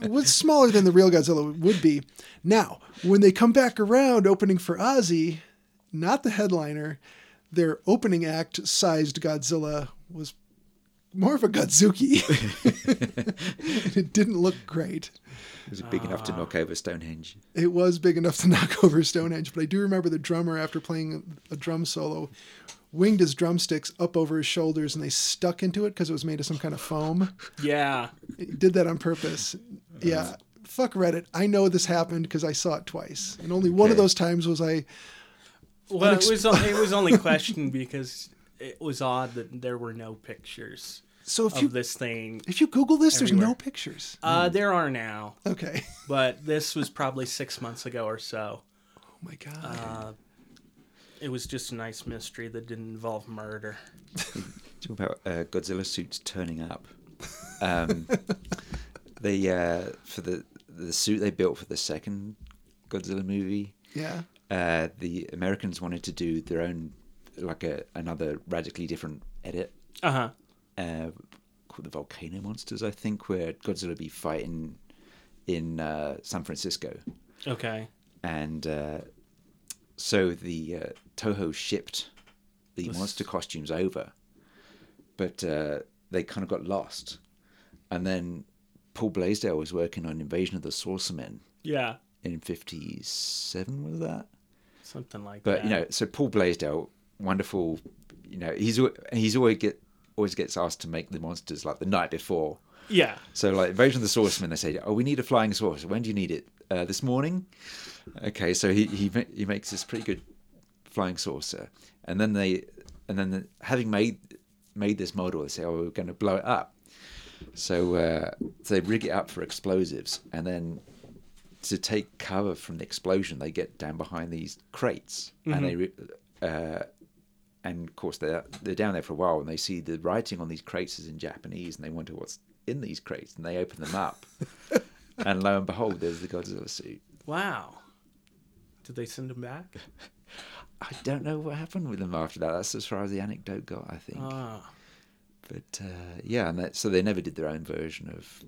the, was smaller than the real Godzilla would be. Now, when they come back around, opening for Ozzy, not the headliner, their opening act sized Godzilla was more of a Godzuki. And it didn't look great. It was big Ah. enough to knock over Stonehenge. It was big enough to knock over Stonehenge, but I do remember the drummer after playing a drum solo. Winged his drumsticks up over his shoulders and they stuck into it because it was made of some kind of foam. Yeah. He did that on purpose. Yeah. Fuck Reddit. I know this happened because I saw it twice. And only one of Okay. those times was I. Well, it was it was only questioned because it was odd that there were no pictures So if you of this thing. if you Google this, there's no Everywhere. pictures. Uh, there are now, Okay. but this was probably six months ago or so. Oh my god. Uh, it was just a nice mystery that didn't involve murder. Talk about uh, Godzilla suits turning up. Um, the uh, for the the suit they built for the second Godzilla movie, yeah. uh, the Americans wanted to do their own, like a another radically different edit Uh huh. uh, called the Volcano Monsters, I think, where Godzilla would be fighting in uh, San Francisco, Okay. and uh, so the uh, Toho shipped the This- monster costumes over, but uh, they kind of got lost, and then Paul Blaisdell was working on Invasion of the Saucermen Yeah. in '57, was that? Something like But that. you know, so Paul Blaisdell, wonderful, you know, he's al- he's always get always gets asked to make the monsters like the night before. Yeah. So like Invasion of the Saucemen, they say, oh, we need a flying saucer. When do you need it? Uh, this morning. Okay, so he he ma- he makes this pretty good flying saucer, and then they and then the- having made made this model, they say, oh, we're going to blow it up. So uh, so they rig it up for explosives, and then to take cover from the explosion, they get down behind these crates, and they. Re- uh, and of course they're they're down there for a while and they see the writing on these crates is in Japanese and they wonder what's in these crates and they open them up and lo and behold there's the Godzilla suit. Wow. Did they send him back? I don't know what happened with them after that. That's as far as the anecdote got, I think. Ah. but uh, yeah, and that, so they never did their own version of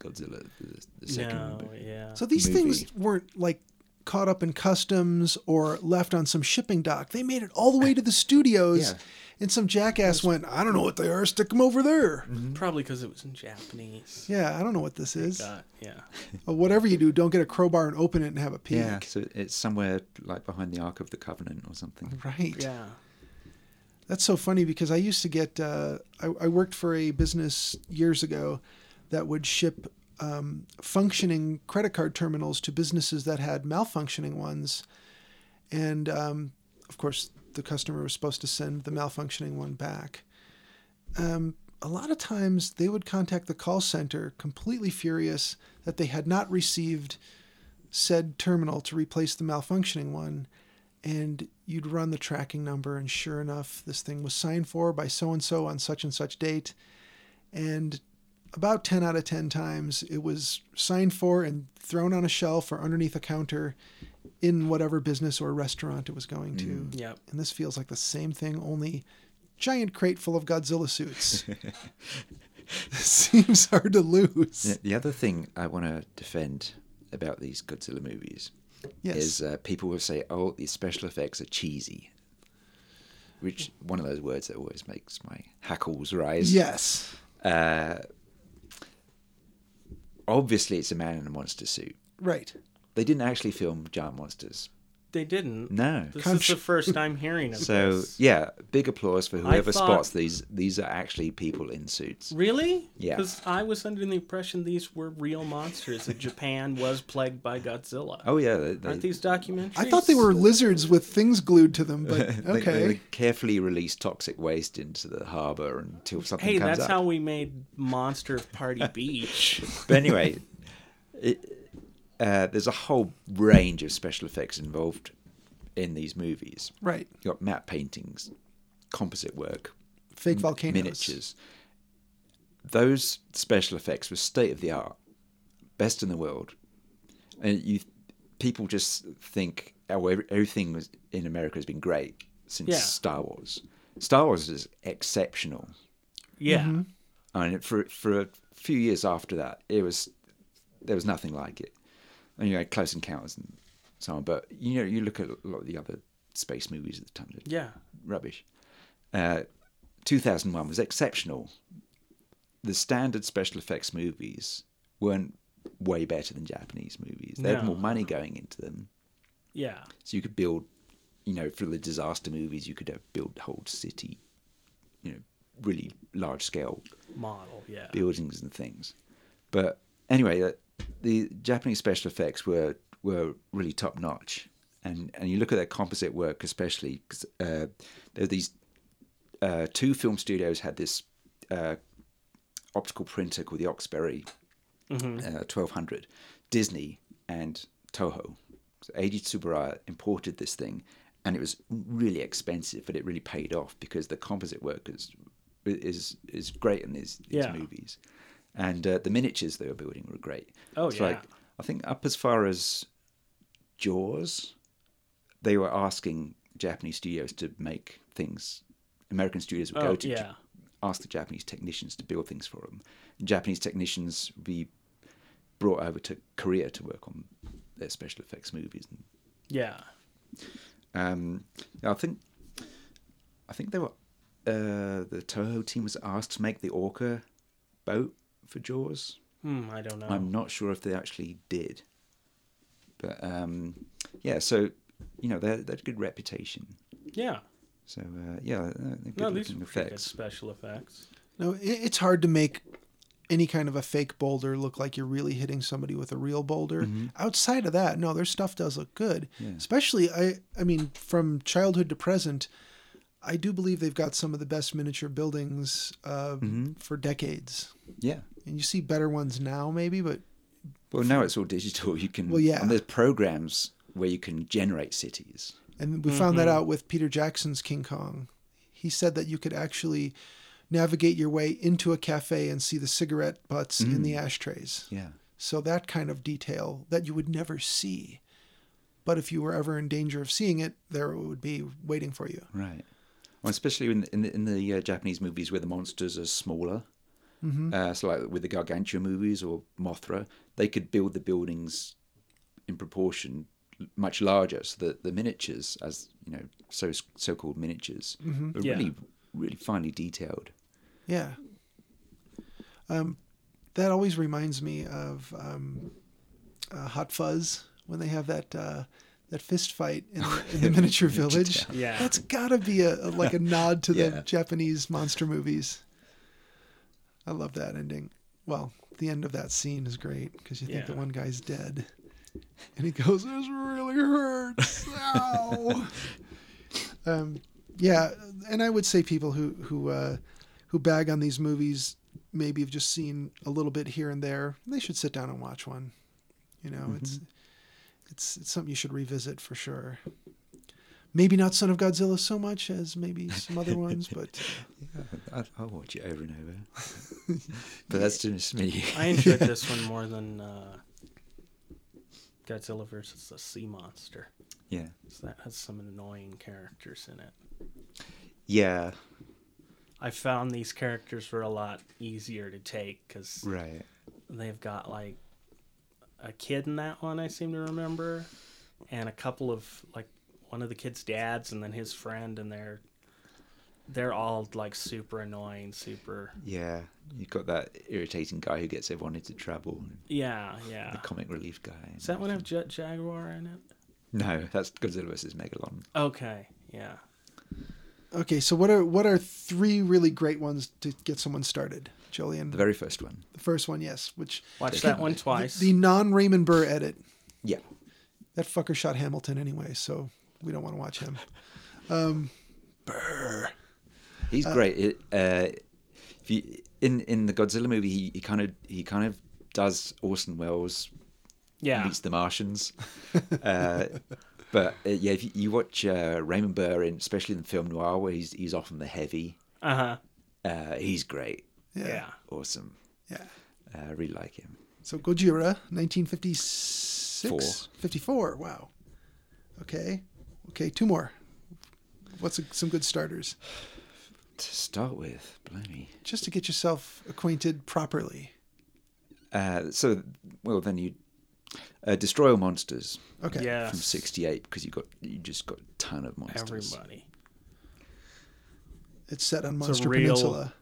Godzilla the, the second. no. movie. Yeah. So these Movie. things weren't like caught up in customs or left on some shipping dock. They made it all the way to the studios. Yeah. And some jackass went, I don't know what they are, stick them over there. Probably because it was in Japanese. Yeah, I don't know what this is. Uh, yeah. Uh, Whatever you do, don't get a crowbar and open it and have a peek. Yeah, so it's somewhere like behind the Ark of the Covenant or something. Right. Yeah. That's so funny because I used to get, uh, I, I worked for a business years ago that would ship um, functioning credit card terminals to businesses that had malfunctioning ones. And um, of course, the customer was supposed to send the malfunctioning one back. Um, a lot of times they would contact the call center completely furious that they had not received said terminal to replace the malfunctioning one and you'd run the tracking number and sure enough this thing was signed for by so and so on such and such date and about 10 out of 10 times it was signed for and thrown on a shelf or underneath a counter in whatever business or restaurant it was going to Yep. and this feels like the same thing only giant crate full of godzilla suits seems hard to lose The- The other thing I want to defend about these Godzilla movies yes is uh, people will say, "Oh, these special effects are cheesy," which one of those words that always makes my hackles rise. yes Obviously, it's a man in a monster suit. right They didn't actually film giant monsters. they didn't. No. This is Contra- the first I'm hearing of So this. yeah, big applause for whoever thought- spots these. These are actually people in suits. Really? Yeah. Because I was under the impression these were real monsters and Japan was plagued by Godzilla. Oh yeah, they, they, Aren't these documentaries? I thought they were lizards with things glued to them, but they- they- they okay. carefully release toxic waste into the harbor until something Hey, comes that's up. Mm-hmm. how we made Monster of Party Beach. But anyway, it, uh, there's a whole range of special effects involved in these movies. Right. You got matte paintings, composite work, Fake volcanoes. miniatures. Those special effects were state of the art, best in the world, and you people just think oh every- everything was in America has been great since Yeah. Star Wars. Star Wars is exceptional, Yeah. and for for a few years after that, it was there was nothing like it. And you had Close Encounters and so on, but you know you look at a lot of the other space movies at the time. they're Yeah. rubbish. Uh, 2001 was exceptional. The standard special effects movies weren't way better than Japanese movies. They had No. more money going into them, Yeah. so you could build, you know, for the disaster movies, you could have build whole city, you know, really large scale Model. Yeah. buildings and things. But anyway, uh, the Japanese special effects were were really top notch, and and you look at their composite work especially because uh, there are these uh, two film studios had this uh, optical printer called the Oxbury Mm-hmm. uh, 1200, Disney and Toho. So Eiji Tsuburaya imported this thing, and it was really expensive, but it really paid off because the composite work is is, is great in these, these Yeah. movies, and uh, the miniatures they were building were great. Oh, It's yeah. like I think up as far as Jaws, they were asking Japanese studios to make things. American studios would Oh, go to yeah. ask the Japanese technicians to build things for them. Japanese technicians would be brought over to Korea to work on their special effects movies. Yeah. Um, I think I think they were uh, the Toho team was asked to make the orca boat for Jaws. Hmm. I don't know. I'm not sure if they actually did. But um, yeah, so you know they they had a good reputation. yeah. So uh, yeah, they're good No, these are looking pretty good effects. special effects. No, it, it's hard to make any kind of a fake boulder look like you're really hitting somebody with a real boulder. Outside of that, no, their stuff does look good. Especially I I mean from childhood to present, I do believe they've got some of the best miniature buildings uh, for decades. Yeah. And you see better ones now maybe, but Well, now it's all digital. You can Well, yeah. and there's programs where you can generate cities. And we found that out with Peter Jackson's King Kong. He said that you could actually navigate your way into a cafe and see the cigarette butts in the ashtrays. Yeah. So that kind of detail that you would never see. But if you were ever in danger of seeing it, there it would be waiting for you. Right. Well, especially in in the, in the uh, Japanese movies where the monsters are smaller. Mm-hmm. Uh, so, like with the Gargantua movies or Mothra, they could build the buildings in proportion much larger, so that the miniatures, as you know, so so called miniatures, Mm-hmm. are Yeah. really really finely detailed. Yeah. Um, that always reminds me of um, uh, Hot Fuzz when they have that uh, that fist fight in, the- in the miniature village. town. Yeah. that's got to be a, a- like a nod to Yeah. the Japanese monster movies. I love that ending. Well, the end of that scene is great because you think the Yeah. one guy's dead, and he goes, "This really hurts." Ow. um, yeah, and I would say people who who uh, who bag on these movies maybe have just seen a little bit here and there. They should sit down and watch one. You know, it's it's it's something you should revisit for sure. Maybe not Son of Godzilla so much as maybe some other ones, but I, I watch it over and over, but that's just me. I enjoyed this one more than uh, Godzilla versus the Sea Monster. yeah, So that has some annoying characters in it. yeah, I found these characters were a lot easier to take because right. they've got like a kid in that one I seem to remember, and a couple of like one of the kid's dads and then his friend, and they're they're all like super annoying, super Yeah, you've got that irritating guy who gets everyone into trouble, and yeah yeah. the comic relief guy. Does that one have Jet Jaguar in it? No, that's Godzilla vs. Megalon. Okay, yeah. Okay, so what are what are three really great ones to get someone started, Jolien? The The very first one. first one, yes, which Watch that one twice. the non Raymond Burr edit. Yeah. That fucker shot Hamilton anyway, so we don't want to watch him. He's great. It, uh, if you, in in the Godzilla movie, he, he kind of he kind of does Orson Welles yeah. meets the Martians. uh, but uh, yeah, if you, you watch uh, Raymond Burr, in, especially in the film noir, where he's he's often the heavy, Uh huh. uh, he's great, Yeah. Yeah. awesome. Yeah. Uh, I really like him. So Gojira, 1956? Four. 54, wow. Okay. Okay, two more. What's a, some good starters? To start with, blimey. Just to get yourself acquainted properly. Uh, so, well, then you uh, destroy all monsters Okay. Yeah. from '68 because you got you just got a ton of monsters. Everybody. It's set on a Monster real- Peninsula.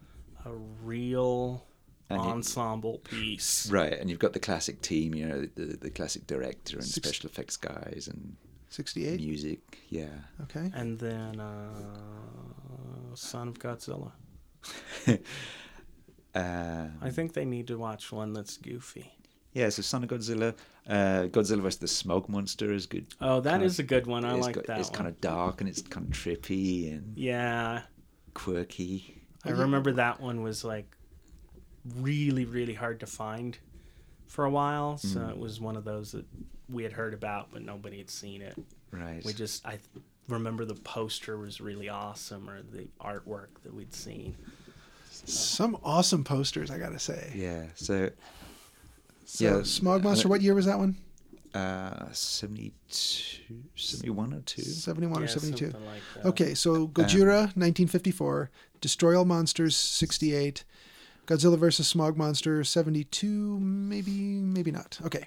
A real And it- ensemble piece. Right, and you've got the classic team, you know, the, the classic director and Six- special effects guys and 68. music. Yeah, Okay. And then uh, Son of Godzilla. um, I think they need to watch one that's goofy. yeah. So Son of Godzilla, uh, Godzilla vs the Smog Monster is good. Oh, that Kind is of- a good one. I it's like got- that It's one. kind of dark and it's kind of trippy and Yeah. quirky. I remember that one was like really, really hard to find for a while. So it was one of those that we had heard about, but nobody had seen it. Right. We just, I th- remember the poster was really awesome or the artwork that we'd seen. Some awesome posters, I gotta say. yeah. So So, Yeah. Smog Monster, Uh, what year was that one? uh, 72, 71 or two. 71 or Yeah, 72. something like that. Okay, Uh, so Gojira, 1954, Destroy All Monsters, 68, Godzilla versus Smog Monster, 72, maybe, maybe not. Okay,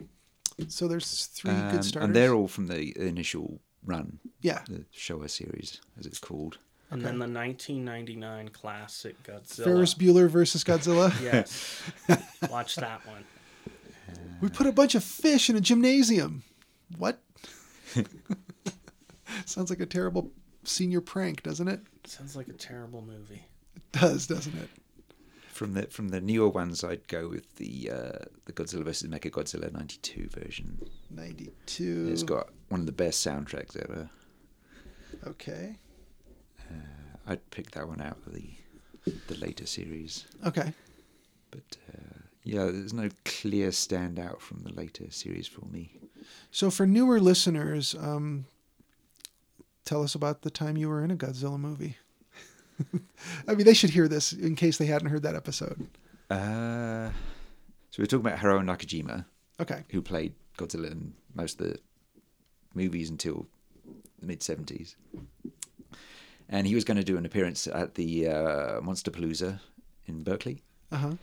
so there's three Um, good starters. and they're all from the initial run, yeah, the Showa series, as it's called. And then the 1999 classic Godzilla. Ferris Bueller versus Godzilla. Yes. Watch that one. We put a bunch of fish in a gymnasium. What? Sounds like a terrible senior prank, doesn't it? Sounds like a terrible movie. It does, doesn't it? From the from the newer ones, I'd go with the uh, the Godzilla vs Mecha Godzilla '92 version. 92. It's got one of the best soundtracks ever. Okay. I'd pick that one out of the the later series, Okay. but uh, yeah, there's no clear standout from the later series for me. So for newer listeners, um, tell us about the time you were in a Godzilla movie. I mean, they should hear this in case they hadn't heard that episode. Uh, so we're talking about Haruo Nakajima, Okay. who played Godzilla in most of the movies until the mid '70s, and he was going to do an appearance at the uh, Monster Palooza in Berkeley. Uh huh.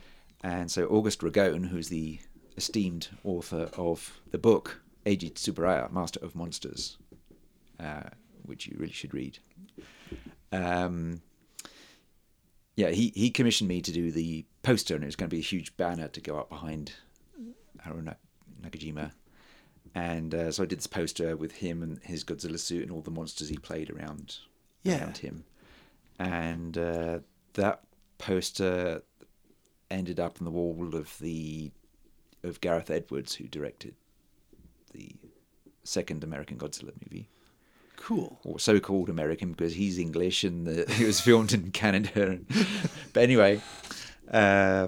And so August Ragone, who's the esteemed author of the book Eiji Tsuburaya, Master of Monsters, uh, which you really should read. Um, yeah, he, he commissioned me to do the poster, and it was going to be a huge banner to go up behind Haru Na- Nakajima. And uh, so I did this poster with him and his Godzilla suit and all the monsters he played around Yeah. around him. And uh, that poster ended up on the wall of the of Gareth Edwards, who directed the second American Godzilla movie, Cool. or so-called American because he's English and the, it was filmed in Canada. but anyway, uh,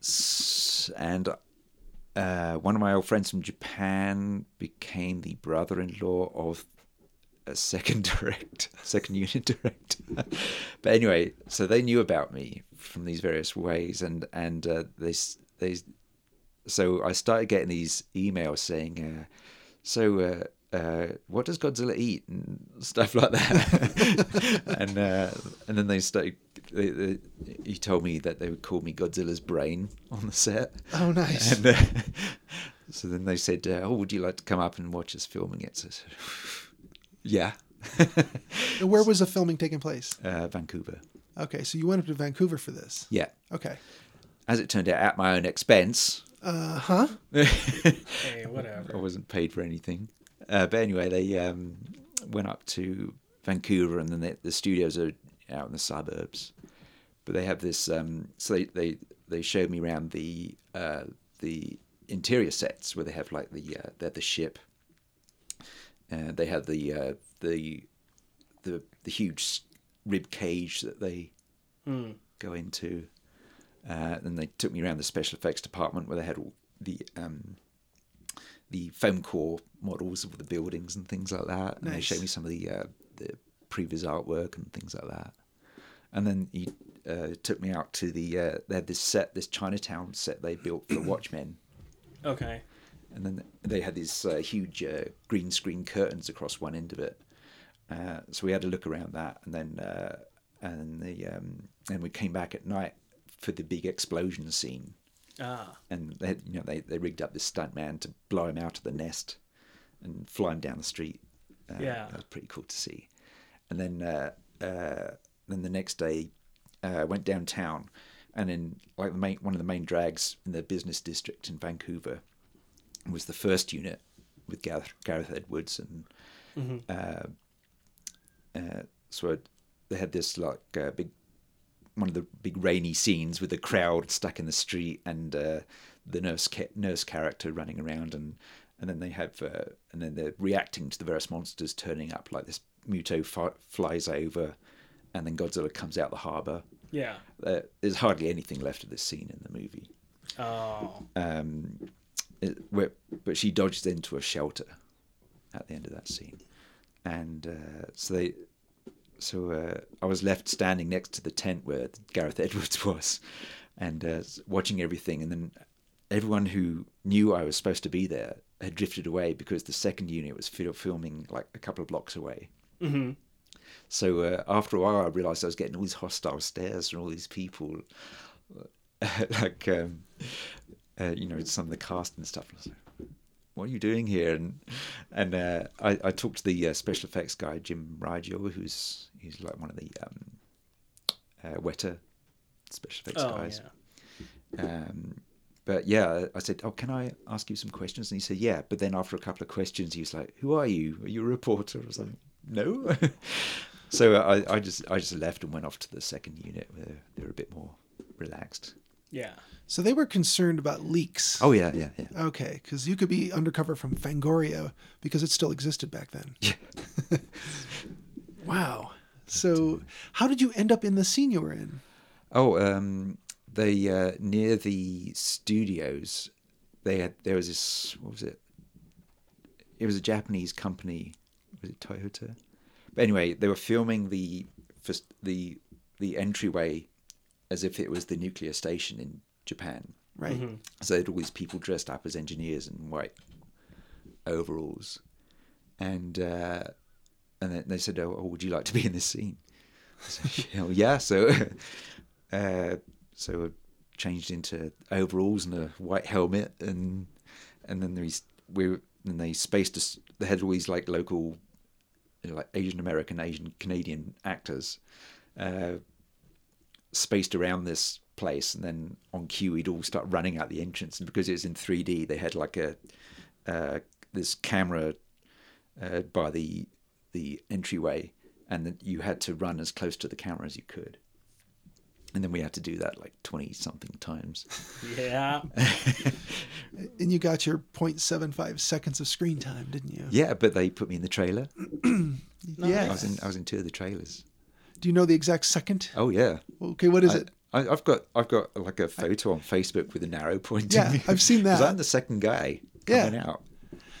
s- and uh, one of my old friends from Japan became the brother-in-law of a second direct, second unit director. but anyway, so they knew about me from these various ways, and and uh, they s- they, so I started getting these emails saying, uh, so. Uh, uh, what does Godzilla eat and stuff like that, and uh, and then they started. They, they, he told me that they would call me Godzilla's brain on the set. Oh, nice. And, uh, so then they said, uh, "Oh, would you like to come up and watch us filming it?" So I said, "Yeah, And where was the filming taking place? uh, Vancouver." Okay, so you went up to Vancouver for this. Yeah, Okay. as it turned out, at my own expense. Uh huh. I Hey, whatever. wasn't paid for anything. Uh, but anyway, they um, went up to Vancouver, and then they, the studios are out in the suburbs. But they have this. Um, so they, they they showed me around the uh, the interior sets where they have like the uh, they have the ship, and they have the uh, the the the huge rib cage that they go into. Uh, and they took me around the special effects department where they had all the um, the foam core models of the buildings and things like that. And they Nice. showed me some of the uh, the previous artwork and things like that. And then he uh, took me out to the uh, they had this set, this Chinatown set they built for Watchmen. Okay. And then they had these uh, huge uh, green screen curtains across one end of it. Uh, so we had a look around that, and then uh, and the um, and we came back at night for the big explosion scene. Ah. And they had, you know they, they rigged up this stuntman to blow him out of the nest and fly him down the street. Uh, Yeah. that was pretty cool to see. And then uh, uh, then the next day, uh, went downtown, and in like the main one of the main drags in the business district in Vancouver was the first unit with Gareth, Gareth Edwards and uh, so I'd- they had this like uh, big one of the big rainy scenes with the crowd stuck in the street and uh, the nurse ca- nurse character running around and and then they have uh, and then they're reacting to the various monsters turning up like this Muto fi- flies over and then Godzilla comes out the harbour. Yeah. Uh, there's hardly anything left of this scene in the movie. Oh. Um, it, where, but she dodges into a shelter at the end of that scene, and uh, so they, so uh, I was left standing next to the tent where Gareth Edwards was, and uh, watching everything. And then everyone who knew I was supposed to be there had drifted away because the second unit was fil- filming like a couple of blocks away. Mm-hmm. So uh, after a while, I realised I was getting all these hostile stares from all these people, like um, uh, you know some of the cast and stuff. And I was like, "What are you doing here?" And and uh, I, I talked to the uh, special effects guy Jim Rigel, who's he's like one of the um, uh, wetter special effects Oh guys. yeah. Um, but yeah, I said, "Oh, can I ask you some questions?" And he said, "Yeah." But then after a couple of questions, he was like, "Who are you? Are you a reporter?" I was like, "No." so I, I just I just left and went off to the second unit where they were a bit more relaxed. Yeah. So they were concerned about leaks. Oh yeah, yeah, yeah. Okay, because you could be undercover from Fangoria because it still existed back then. Yeah. Wow. So how did you end up in the scene you were in? Oh, um, they uh, near the studios, they had there was this what was it? It was a Japanese company. Was it Toyota? But anyway, they were filming the first, the the entryway as if it was the nuclear station in Japan. Right. Mm. So they had all these people dressed up as engineers in white overalls, and uh, and then they said, oh, oh, "Would you like to be in this scene?" I said, "Hell yeah!" So uh, so I changed into overalls and a white helmet, and and then these we were- and they spaced us. They had all these like local, you know, like Asian American, Asian Canadian actors. Uh, spaced around this place and then on cue we'd all start running out the entrance and because it was in 3d they had like a uh, this camera uh, by the the entryway and then you had to run as close to the camera as you could and then we had to do that like 20 something times Yeah. And you got your 0.75 seconds of screen time, didn't you? yeah but they put me in the trailer Yeah. i was in uh, i was in two of the trailers Do you know the exact second? oh yeah Okay, what is I- it? I, I've got I've got like a photo on Facebook with an arrow pointing. Yeah, I've seen 'Cause that. I'm the second guy Yeah. coming out.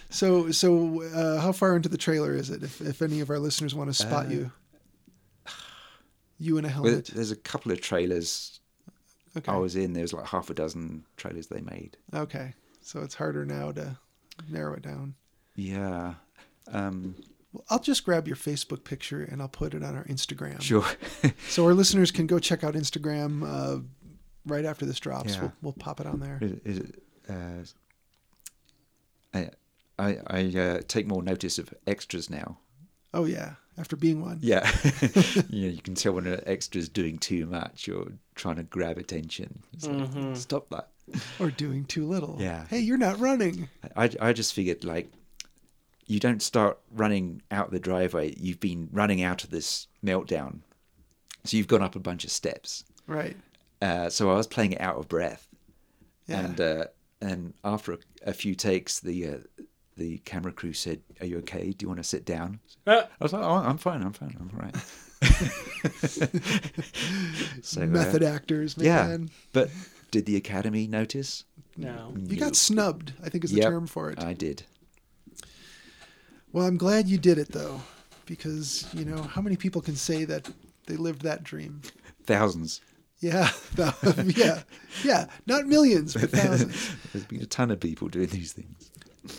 So, so uh, how far into the trailer is it? If, if any of our listeners want to spot you, Uh, you in a Well, helmet. there's a couple of trailers Okay. I was in. There was like half a dozen trailers they made. Okay. So it's harder now to narrow it down. Yeah, um, Well, I'll just grab your Facebook picture and I'll put it on our Instagram. sure. So our listeners can go check out Instagram uh, right after this drops. Yeah. We'll, we'll pop it on there. is, is it, uh, I I, I uh, take more notice of extras now. Oh yeah, after being one. Yeah, you, know, you can tell when an extra's doing too much or trying to grab attention. It's like, Stop that. Or doing too little. Yeah. Hey, you're not running. I, I just figured like you don't start running out the driveway. You've been running out of this meltdown, so you've gone up a bunch of steps. Right. Uh, so I was playing it out of breath, Yeah. and uh, and after a, a few takes, the uh, the camera crew said, "Are you okay? Do you want to sit down?" Uh, I was like, "Oh, I'm fine. I'm fine. I'm all right." so, uh, Method actors, yeah. man. But did the academy notice? no. You got snubbed, I think is the Yep, term for it. I did. Well, I'm glad you did it though, because you know how many people can say that they lived that dream. Thousands. Yeah, the- yeah, yeah. Not millions, but thousands. There's been a ton of people doing these things.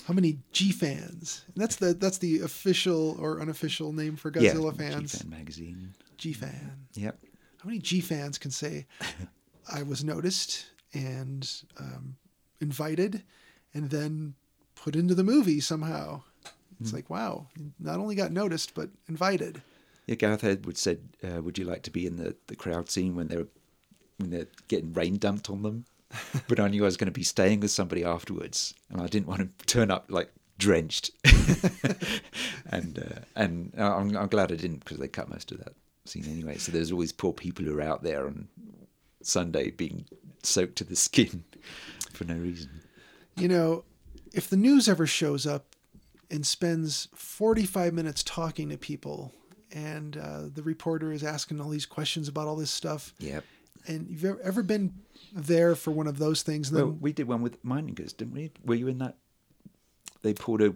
How many G fans? That's the that's the official or unofficial name for Yeah, Godzilla fans. G-Fan magazine. G fan. Yep. How many G fans can say, "I was noticed and um, invited, and then put into the movie somehow"? It's like, wow, not only got noticed but invited. Yeah, Gareth Edwards said, uh, "Would you like to be in the, the crowd scene when they're when they're getting rain dumped on them?" but I knew I was going to be staying with somebody afterwards, and I didn't want to turn up like drenched. and uh, and I'm, I'm glad I didn't because they cut most of that scene anyway. So there's always poor people who are out there on Sunday being soaked to the skin for no reason. you know, if the news ever shows up and spends 45 minutes talking to people, and uh, the reporter is asking all these questions about all this stuff, Yep. and you've ever, ever been there for one of those things, then Well, we did one with Meiningers, didn't we? Were you in that? They pulled a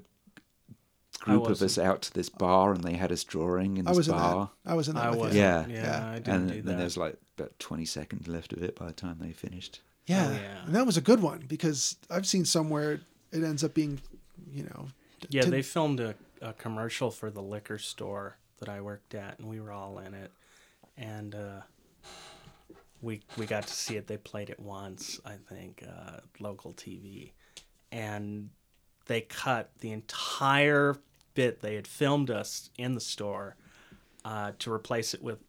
group of us wasn't. out to this bar, and they had us drawing in I this was in bar. that. I was in that. I with was. you. Yeah. Yeah, Yeah. I didn't And do then that. there's like about 20 seconds left of it by the time they finished. Yeah. Oh, yeah. And that was a good one because I've seen somewhere it ends up being, you know, yeah, ten- they filmed a, a commercial for the liquor store that I worked at, and we were all in it. And uh, we we got to see it. They played it once, I think, uh, local TV, and they cut the entire bit they had filmed us in the store uh, to replace it with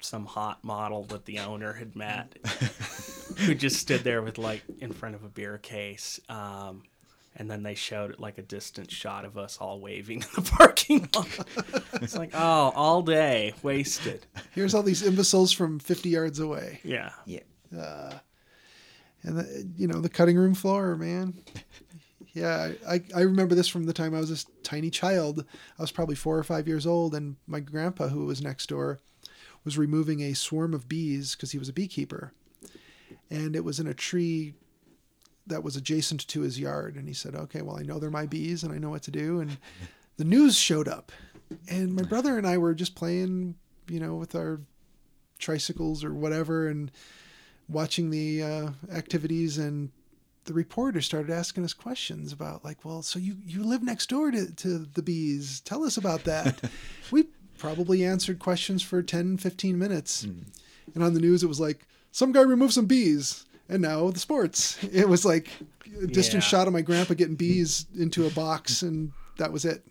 some hot model that the owner had met who just stood there with like in front of a beer case. Um, and then they showed like a distant shot of us all waving in the parking lot. it's like, oh, all day wasted. here's all these imbeciles from 50 yards away. Yeah. Yeah. and the, you know the cutting room floor, man. Yeah, I, I remember this from the time I was a tiny child. I was probably four or five years old, and my grandpa, who was next door, was removing a swarm of bees because he was a beekeeper, and it was in a tree that was adjacent to his yard. And he said, "Okay, well, I know they're my bees, and I know what to do." And the news showed up, and my brother and I were just playing, you know, with our tricycles or whatever, and watching the uh, activities and the reporter started asking us questions about like well so you you live next door to, to the bees tell us about that we probably answered questions for 10 15 minutes and on the news it was like some guy removed some bees and now the sports it was like a distant Yeah. shot of my grandpa getting bees into a box and that was it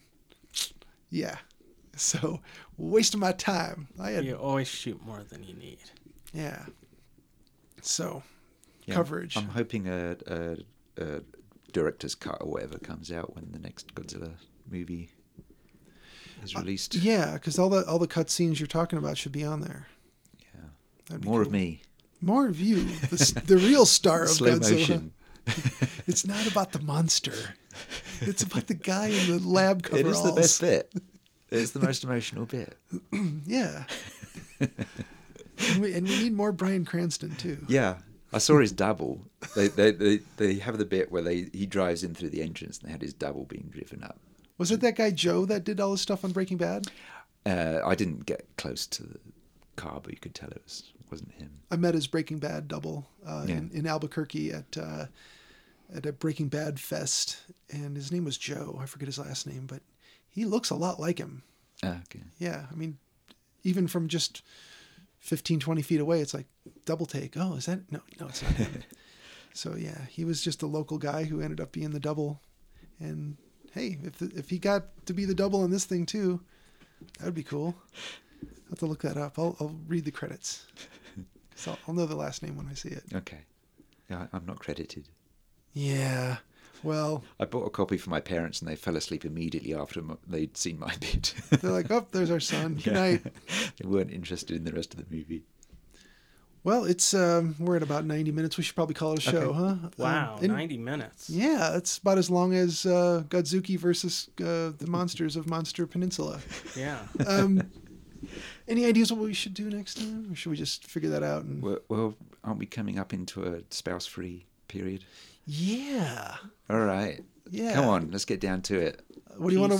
yeah so wasting my time i had You always shoot more than you need. yeah. So, Yeah. coverage. I'm hoping a, a, a director's cut or whatever comes out when the next Godzilla movie is released. yeah, because all the all the cutscenes you're talking about should be on there. yeah. That'd be More of cool. me. More of you, the, s- the real star of Slow Godzilla. motion. It's not about the monster. It's about the guy in the lab It coveralls. is the best bit. It's the most emotional bit. Yeah. and, we, and we need more Brian Cranston too. Yeah, I saw his double. They they, they they have the bit where they he drives in through the entrance and they had his double being driven up. Was it that guy Joe that did all this stuff on Breaking Bad? Uh, I didn't get close to the car, but you could tell it was wasn't him. I met his Breaking Bad double uh, Yeah. in, in Albuquerque at uh, at a Breaking Bad fest, and his name was Joe. I forget his last name, but he looks a lot like him. Ah, okay. Yeah, I mean, even from just 15, 20 feet away, it's like double take. Oh, is that no? No, it's not him. so yeah, he was just a local guy who ended up being the double. And hey, if the, if he got to be the double on this thing too, that would be cool. I'll have to look that up. I'll, I'll read the credits. 'Cause I'll, I'll know the last name when I see it. Okay. Yeah, I- I'm not credited. Yeah. Well, I bought a copy for my parents, and they fell asleep immediately after m- they'd seen my bit. they're like, oh, there's our son. Good night. they weren't interested in the rest of the movie. Well, it's um, we're at about 90 minutes. We should probably call it a show, huh? Um, Wow, and- 90 minutes. yeah, it's about as long as uh, Godzuki versus uh, the monsters of Monster Peninsula. Yeah. Um, any ideas what we should do next time, or should we just figure that out? And Well, well aren't we coming up into a spouse-free period? yeah, All right. Yeah. Come on, let's get down to it. what do you want to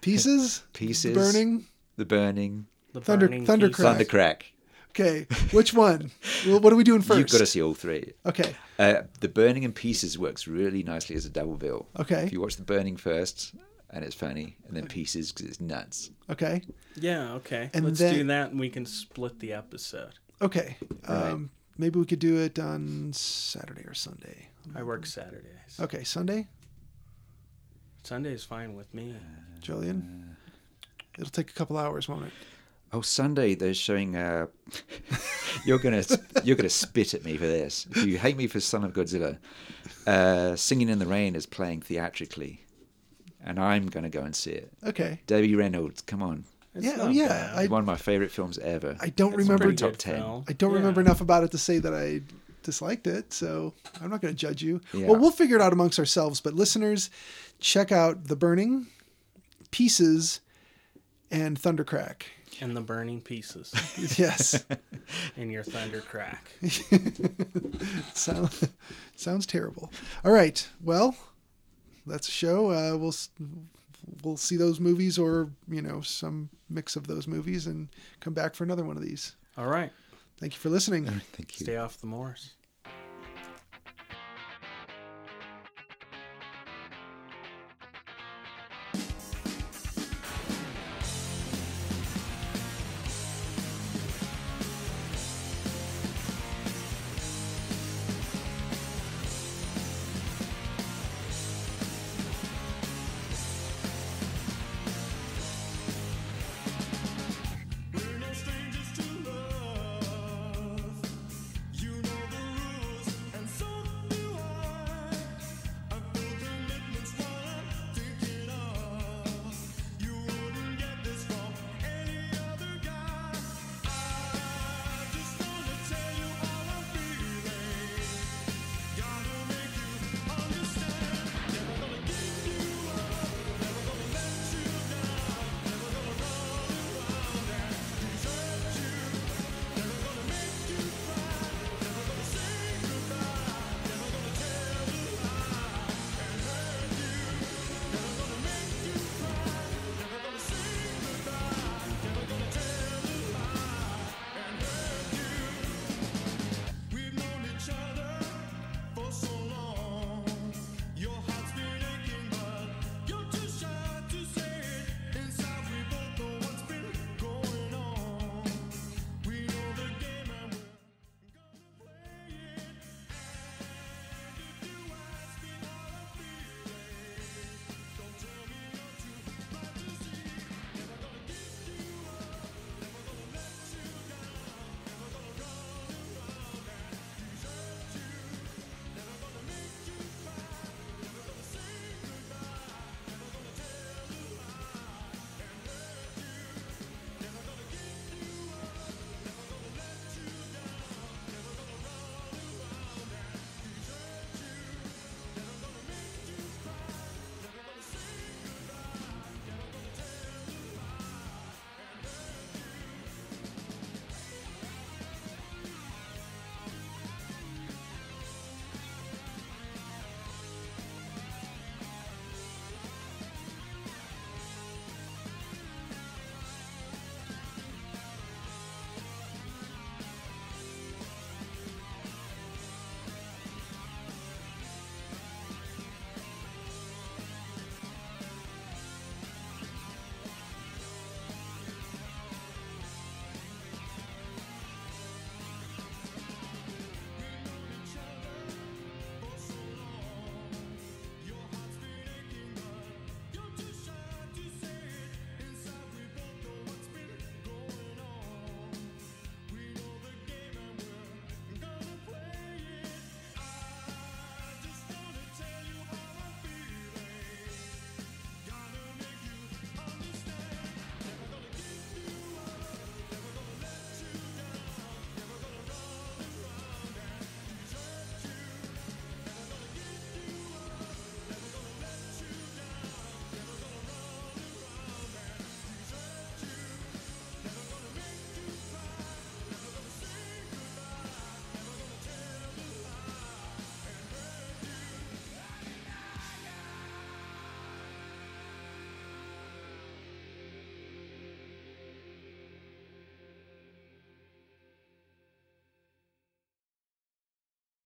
Pieces, pieces? Pieces. burning. The burning, the Thunder- burning Thunder pieces. Correct. Thundercrack. Okay, which one? well, what are we doing first? You've got to see all three. Okay, Uh, the burning in pieces works really nicely as a double bill. Okay. If you watch the burning first, and it's funny, and then pieces because it's nuts. okay, Yeah, okay. And Let's then- do that and we can split the episode. okay. Um, maybe we could do it on Saturday or Sunday. I work Saturdays. Okay, Sunday, Sunday's fine with me. Uh, Jillian. It'll take a couple hours, won't it? Oh, Sunday they're showing. Uh, you're gonna you're gonna spit at me for this. If you hate me for Son of Godzilla, uh, Singing in the Rain is playing theatrically, and I'm gonna go and see it. Okay. Debbie Reynolds, come on! It's Yeah, oh, not yeah, bad. I- One of my favorite films ever. I don't It's a remember. pretty top good 10. film. I don't Yeah. remember enough about it to say that I disliked it, so I'm not going to judge you. Yeah. Well, we'll figure it out amongst ourselves, but listeners, check out The Burning, Pieces, and Thundercrack. And the burning pieces Yes. in your thunder crack. Sound, sounds terrible. All right. Well, that's a show. Uh, we'll s- we'll see those movies or, you know, some mix of those movies and come back for another one of these. All right. Thank you for listening. Thank you. Stay off the moors.